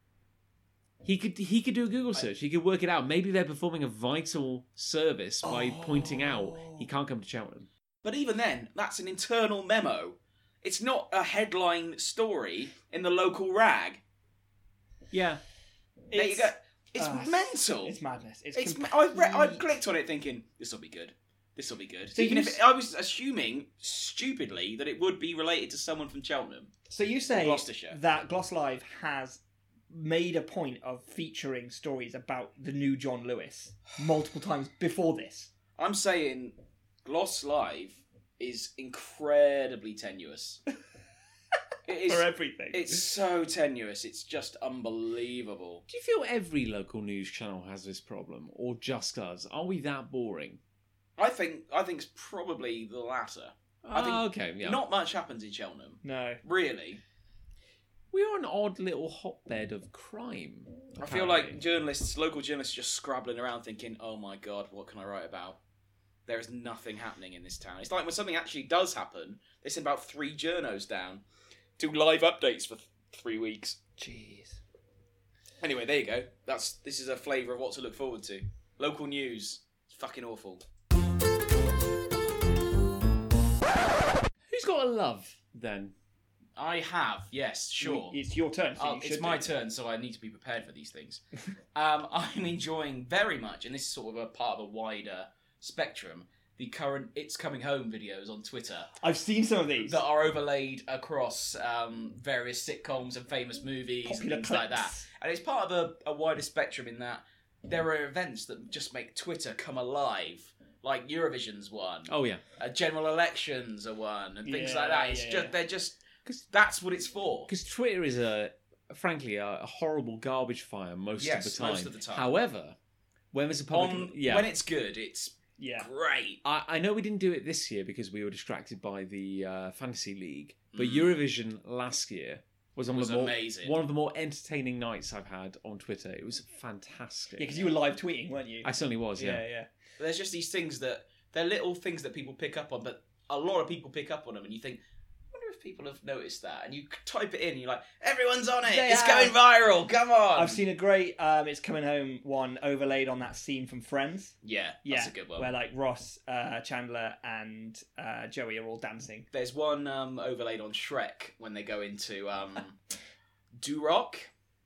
He could he could do a Google search. He could work it out. Maybe they're performing a vital service by pointing out
Oh.
he can't come to Cheltenham.
But even then, that's an internal memo. It's not a headline story in the local rag.
Yeah,
There you
It's-
go. It's
Ah,
mental.
It's madness. It's,
It's ma-
complete-
I re- I clicked on it thinking this will be good. This will be good.
So
Even
you
if
s-
I was assuming stupidly that it would be related to someone from Cheltenham.
So you say
Gloucestershire.
that Gloss Live has made a point of featuring stories about the new John Lewis multiple times before this.
I'm saying Gloss Live is incredibly tenuous. it is.
everything.
It's so tenuous. It's just unbelievable.
Do you feel every local news channel has this problem, or just us? Are we that boring?
I think. I think it's probably the latter. I think
Ah, okay, yeah.
Uh, Not much happens in Cheltenham,
no.
really.
we are an odd little hotbed of crime.
I feel
apparently.
like journalists, local journalists, are just scrabbling around, thinking, "Oh my god, what can I write about?" There is nothing happening in this town. It's like when something actually does happen, they send about three journos down, do live updates for th- three weeks.
Jeez.
Anyway, there you go. That's this is a flavour of what to look forward to. Local news, it's fucking awful.
who's got a love then?
I have, yes, sure.
It's your turn. So
Oh,
you should
it's
do
my
it.
turn, so I need to be prepared for these things. um, I'm enjoying very much, and this is sort of a part of a wider spectrum, the current It's Coming Home videos on Twitter
I've seen some of these.
that are overlaid across um, various sitcoms and famous movies
Popular
and things like that.
clips.
And it's part of a, a wider spectrum in that there are events that just make Twitter come alive, like Eurovision's one,
Oh yeah,
uh, general elections are one, and things
Yeah,
like that. It's
yeah, yeah.
just they're just
'Cause-
that's what it's for.
because Twitter is a frankly a, a horrible garbage fire most of
Yes,
the time.
most of the time.
However, when there's a public,
On,
yeah,
When it's good, it's
Yeah.
great.
I, I know we didn't do it this year because we were distracted by the uh, fantasy league, but
Mm.
Eurovision last year was on
Was
the more,
amazing.
one of the more entertaining nights I've had on Twitter. It was fantastic.
Yeah, because you were live tweeting, weren't you?
I certainly was. Yeah.
yeah, yeah.
There's just these things that they're little things that people pick up on, but a lot of people pick up on them, and you think, I wonder if people have noticed that. And you type it in, and you're like, everyone's on it.
They
it's
have.
going viral. Come on.
I've seen a great um, "It's Coming Home" one overlaid on that scene from Friends,
Yeah,
Yeah,
that's a good one.
where like Ross, uh, Chandler, and uh, Joey are all dancing.
There's one um, overlaid on Shrek when they go into um, Do Rock,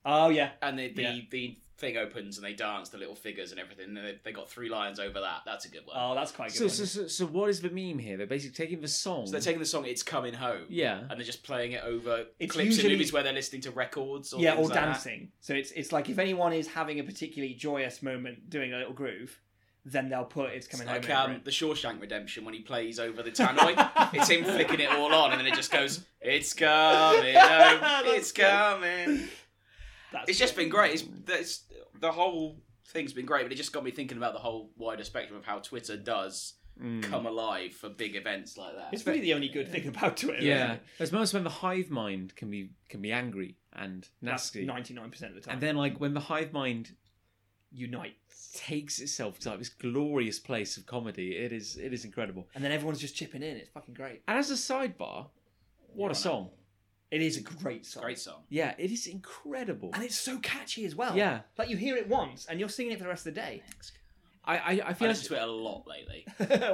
Oh yeah,
and the the,
Yeah.
the thing opens, and they dance the little figures and everything. And they, they got three lines over that. That's a good one.
oh that's quite a good.
So,
one.
so, so, so what is the meme here? They're basically taking the song.
so they're taking the song "It's Coming Home."
yeah.
and they're just playing it over
It's
clips
usually-
in movies where they're listening to records or
yeah,
things
or
like that.
dancing. So it's it's like if anyone is having a particularly joyous moment, doing a little groove, then they'll put "It's Coming
Like
Home." over
um,
it.
the Shawshank Redemption when he plays over the tannoy, it's him flicking it all on, and then it just goes, "It's coming, home,
That's
it's
good.
coming."
That's
It's just been great. It's, it's the whole thing's been great, but it just got me thinking about the whole wider spectrum of how Twitter does
Mm.
come alive for big events like that.
It's really the only good thing about Twitter.
Yeah, there's moments when the hive mind can be can be angry and nasty,
ninety nine percent of the time.
and then like when the hive mind
unite,
takes itself to like this glorious place of comedy. It is it is incredible.
and then everyone's just chipping in. It's fucking great.
And as a sidebar, what
Yeah, I know.
a song!
It is a great song,
Great song.
Yeah, it is incredible.
and it's so catchy as well.
Yeah.
like you hear it once and you're singing it for the rest of the day.
I I, I
I
feel
listen to it a lot lately.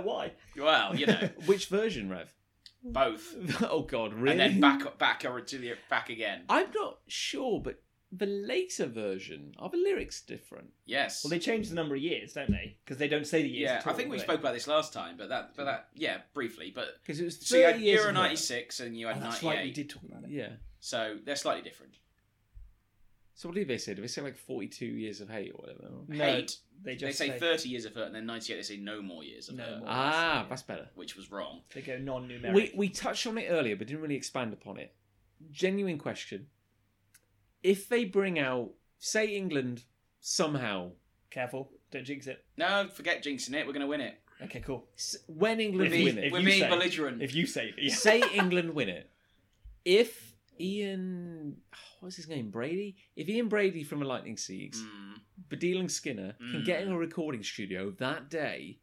Why?
Well, you know,
which version, Rev?
both,
oh God, really?
and then back, back, or to the back again.
I'm not sure, but the later version are the lyrics different?
Yes.
Well, they change the number of years, don't they? Because they don't say the years.
yeah,
at
I
all,
think we
do they?
spoke about this last time, but that, but that, yeah, briefly. But
Because it was
so you
30
had
years
Euro
of work.
'96 and you had
Oh, that's right. We
'98,
did talk about it.
Yeah.
so they're slightly different.
So what do they say? Do they say like 42 years of hate or whatever?
No,
Hate.
they
They
just
say 30 years of hurt, and then '98 they say no more years of
No
hurt,
more.
ah, that's better.
which was wrong.
They go non-numeric.
We we touched on it earlier, but didn't really expand upon it. Genuine question: If they bring out, say England somehow,
Careful, don't jinx it.
No, forget jinxing it. We're going to win it.
Okay, cool.
s- when
We're
England
If you-
being,
win
if
it,
we're
you
being
say-
belligerent.
If you say it, yeah.
say England win it. If Ian, oh, what's his name, Brady? If Ian Brady from the Lightning Seeds,
Mm.
Bedealing Skinner, can
Mm.
get in a recording studio that day,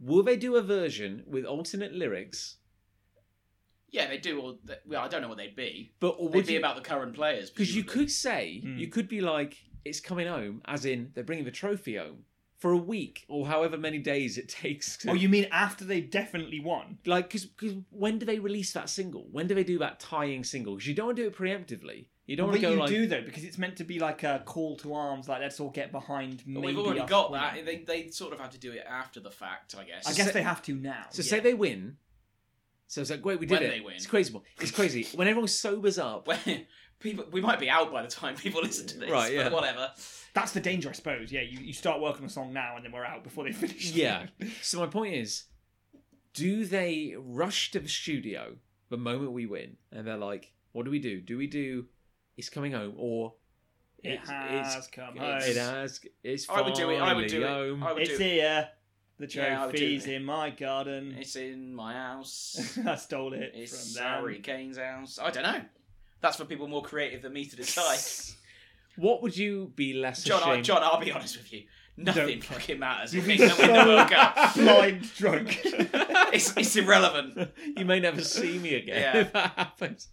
will they do a version with alternate lyrics?
Yeah, they do. All the, well, I don't know what they'd be.
But or
They'd
would
be
you,
about Mm. the current players
Because you
presumably.
could say,
Hmm.
you could be like, it's coming home, as in they're bringing the trophy home for a week or however many days it takes. To,
Oh, you mean after they definitely won?
like, because when do they release that single? When do they do that tying single? Because you don't want to do it preemptively. You don't want
but
to go
you
like,
do though, because it's meant to be like a call to arms. Like let's all get behind.
But
Maybe
we've already
us
got
winning.
that. They, they sort of have to do it after the fact, I guess.
I guess they have to now.
so
yeah.
say they win. So it's like, great, we did
When
it.
they win.
It's crazy. It's crazy. when everyone sobers up,
When, people, we might be out by the time people listen to this.
Right, yeah.
But whatever.
That's the danger, I suppose. Yeah, you, you start working on a song now, and then we're out before they finish.
Yeah. So my point is, do they rush to the studio the moment we win, and they're like, "What do we do? Do we do it's coming home or
it
it's,
has
it's,
come
it's-
home.
it has it's
I would do it, I
finally
would do it,
home.
I would
It's
do
here. The
Yeah, I would do
trophy's
it.
in my garden.
It's in my house.
I stole it
It's
from them.
Harry Kane's house. I don't know. That's for people more creative than me to decide.
What would you be less
John, I,
ashamed?
John, I'll be honest with you. Nothing
Don't care.
fucking matters.
You've
if
been
England win the World Cup.
so blind drunk.
It's, it's irrelevant.
you may never see me again
Yeah.
if that happens.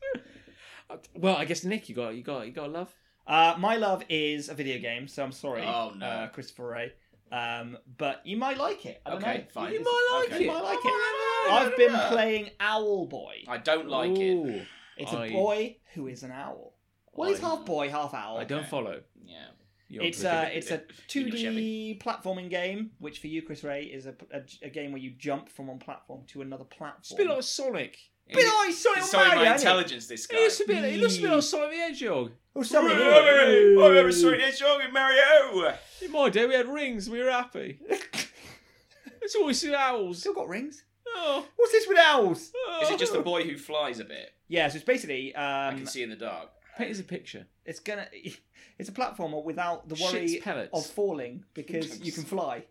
Uh, Well, I guess Nick, you got you got you got love.
Uh, my love is a video game, so I'm sorry,
Oh, no.
uh, Christopher Ray. Um, but you might like it. I don't
Okay,
know.
fine.
You might like
Okay.
it. You might like
Oh, I
it.
I
I've
don't
been
know.
playing Owl Boy.
I don't like it.
Ooh.
It's a
I-
boy who is an owl. Well, he's
I-
half boy, half owl.
I don't
Okay.
follow.
Yeah.
You're
It's
looking
a
at
it's
it.
a two D platforming game, which for you, Chris Ray, is a, a, a game where you jump from one platform to another platform.
It's a bit like Sonic.
bit like Sonic
He's showing
Mario,
my
ain't it?
intelligence, this guy.
It looks a bit. It looks a bit like Sonic the Hedgehog.
Or something.
Hey,
Oh, we have a sweet hedgehog with Mario.
In my day, we had rings. We were happy. it's always the owls.
Still got rings.
Oh,
What's this with owls?
oh.
Is it just the boy who flies a bit?
Yeah, so it's basically
I
um,
can see in the dark.
Paint us a picture.
it's gonna it's a platformer without the
Shit's
worry
pellets.
of falling because you can fly.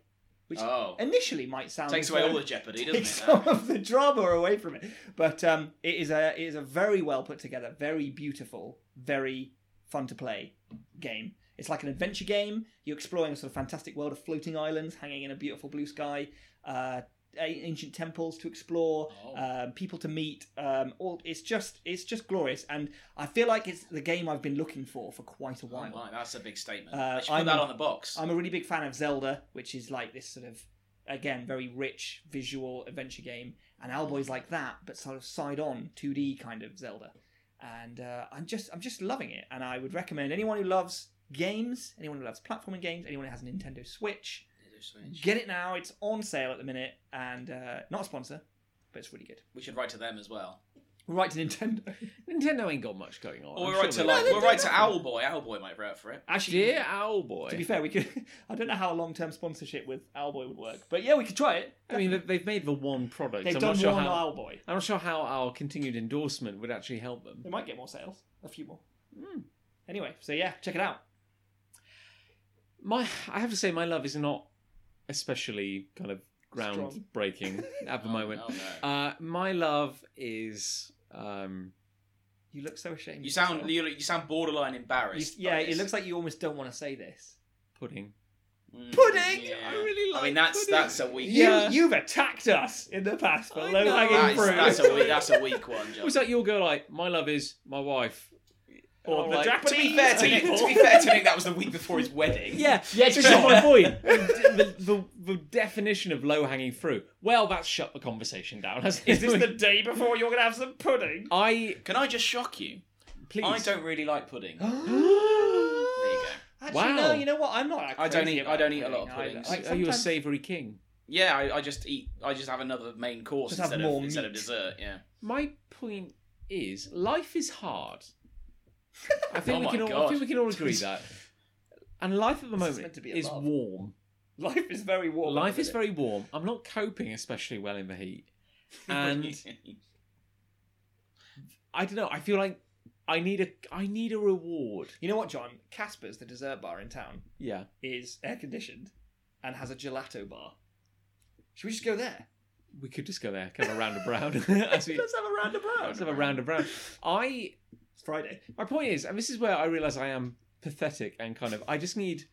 Which
Oh,
initially might sound
takes
as
away
though
all the jeopardy,
it
doesn't
takes
it?
some
that?
of the drama away from it. But um, it is a it is a very well put together, very beautiful, very fun to play game. It's like an adventure game. You're exploring a sort of fantastic world of floating islands, hanging in a beautiful blue sky, uh, a- ancient temples to explore,
Oh.
um, people to meet. Um, all it's just it's just glorious, and I feel like it's the game I've been looking for for quite a
Oh
while.
my, that's a big statement.
Uh,
I should put
I'm-
that on the box.
I'm a really big fan of Zelda, which is like this sort of again very rich visual adventure game, and Owlboy's like that, but sort of side on 2D kind of Zelda. And uh, I'm just I'm just loving it, and I would recommend anyone who loves games, anyone who loves platforming games, anyone who has a Nintendo Switch, get it now. It's on sale at the minute, and uh, not a sponsor, but it's really good.
We should write to them as well.
Right to Nintendo.
Nintendo ain't got much going on.
Or
I'm
we'll write to
sure
like,
they-
we'll write to Owlboy. Owlboy might vote for it.
Actually,
Dear Owl Boy.
to be fair, we could. I don't know how a long term sponsorship with Owlboy would work, but yeah, we could try it.
I mean, they- they've made the one product.
They've
I'm
done
not sure
one
how.
Owlboy.
I'm not sure how our continued endorsement would actually help them.
They might get more sales, a few more.
Hmm.
Anyway, so yeah, check it out.
my I have to say my love is not especially kind of groundbreaking at the
Oh,
moment.
oh, no.
Uh, my love is um,
You look so ashamed.
You
of
sound
yourself.
you, you sound borderline
You-
embarrassed.
yeah,
by
it
this.
looks like you almost don't want to say this.
pudding.
Mm,
Pudding!
yeah.
I really like
I mean, that's
pudding.
that's a weak.
Yeah.
You, you've attacked us in the past for
I
low
know.
hanging
That is,
fruit.
that's a weak. That's a weak one. John.
Was that your girl? Like, my love is my wife.
Or
I'm
the
like,
to
Japanese
be fair to Nick,
people.
to be fair to Nick, that was the week before his wedding.
Yeah, yeah. This is my point. The, the, the definition of low hanging fruit. Well, that's shut the conversation down. hasn't
Is this
it?
the day before you're gonna have some pudding?
I
Can I just shock you?
please?
I don't really like pudding. there you go.
Actually,
Wow.
no. You know what? I'm not. that
I don't
crazy
eat-
about
I don't eat a lot of
pudding.
puddings.
either. Like,
Are you a
sometimes-
savoury king?
Yeah, I, I just eat. I just have another main course
Just have
instead
more
of instead of
meat.
dessert. Yeah.
My point is, life is hard. I think
Oh
we
my
can all. I
God.
think we can all agree that. And life at the
This is
moment
meant to be a
is
love.
warm.
Life is very warm.
Life is
isn't it?
very warm. I'm not coping especially well in the heat, and I don't know. I feel like I need a I need a reward.
You know what, John? Casper's, the dessert bar in town,
Yeah.
is air conditioned and has a gelato bar. Should we just go there?
We could just go there, kind of round and brown. As we,
Let's have a round of
let's have
brown.
a round and brown. I
It's Friday.
my point is, and this is where I realise I am pathetic and kind of I just need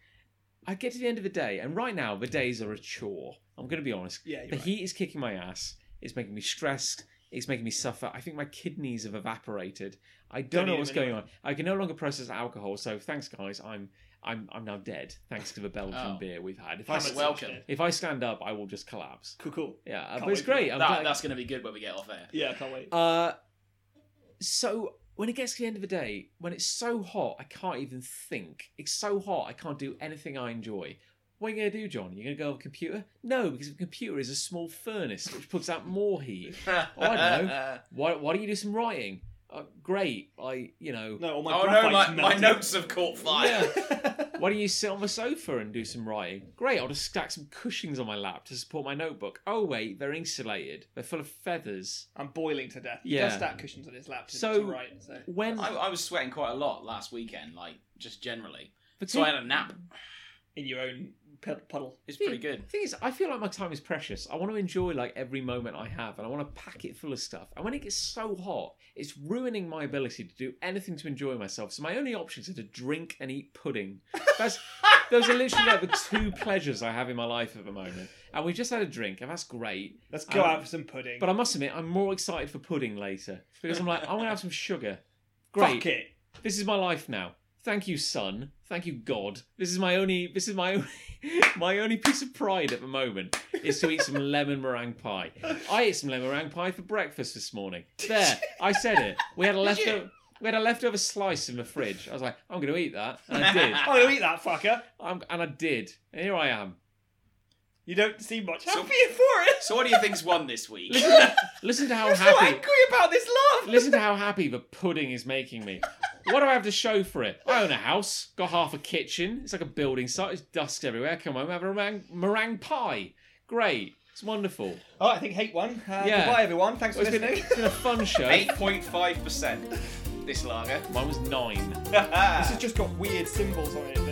I get to the end of the day, and right now the days are a chore. I'm gonna be honest.
Yeah, you're
the
right.
heat is kicking my ass, it's making me stressed, it's making me suffer. I think my kidneys have evaporated. I don't,
Don't
know
eat
what's
them
going on. I can no longer process alcohol, so thanks guys, I'm I'm I'm now dead, thanks to the Belgian
Oh.
beer we've had. If I
Hammond.
s-
welcome.
if I stand up, I will just collapse.
Cool, cool.
Yeah, uh,
Can't
but it's
wait for that.
great. I'm
that,
glad-
that's going to be good when we get off air.
Yeah, I can't wait.
uh, so when it gets to the end of the day, when it's so hot, I can't even think. It's so hot, I can't do anything I enjoy. What are you going to do, John? You're going to go on a computer? No, because the computer is a small furnace which puts out more heat. Oh, I don't know. Why, why don't you do some writing? Uh, great, I, you know.
No, all my
oh no, my,
graphite's
my
melted.
notes have caught fire.
Yeah. Why don't you sit on the sofa and do some writing? Great, I'll just stack some cushions on my lap to support my notebook. Oh, wait, they're insulated. They're full of feathers.
I'm boiling to death. He
Yeah.
does stack cushions on his lap to,
So-
to right. So.
When
I, I was sweating quite a lot last weekend, like just generally.
but
So I had a nap.
in your own pud- puddle.
It's
Yeah.
pretty good.
thing is, I feel like my time is precious. I want to enjoy like every moment I have, and I want to pack it full of stuff. And when it gets so hot, it's ruining my ability to do anything to enjoy myself. So my only options are to drink and eat pudding. That's those are literally like the two pleasures I have in my life at the moment. And we just had a drink, and that's great.
Let's go
Um,
out for some pudding.
But I must admit, I'm more excited for pudding later because I'm like, I'm gonna have some sugar. Great,
Fuck it.
this is my life now. Thank you, son. Thank you, God. This is my only. This is my only. my only piece of pride at the moment is to eat some lemon meringue pie. I ate some lemon meringue pie for breakfast this morning. There, I said it. We had a leftover. We had a leftover slice in the fridge. I was like, I'm going to eat that, and I did.
I'm gonna eat that fucker.
I'm, and I did. And here I am.
You don't seem much
So-
happier for it.
So what do you think's won this week?
Listen, listen to how
You're so
happy.
angry about this love.
Listen to how happy the pudding is making me. What do I have to show for it? I own a house, got half a kitchen. It's like a building site. It's dust everywhere. Come home, have a meringue, meringue pie. Great. It's wonderful.
Oh, I think hate one. Uh,
Yeah.
Goodbye, everyone. Thanks for
Well, it's, been,
listening.
it's been a fun show.
Eight point five percent. This lager.
Mine was nine.
This has just got weird symbols on it.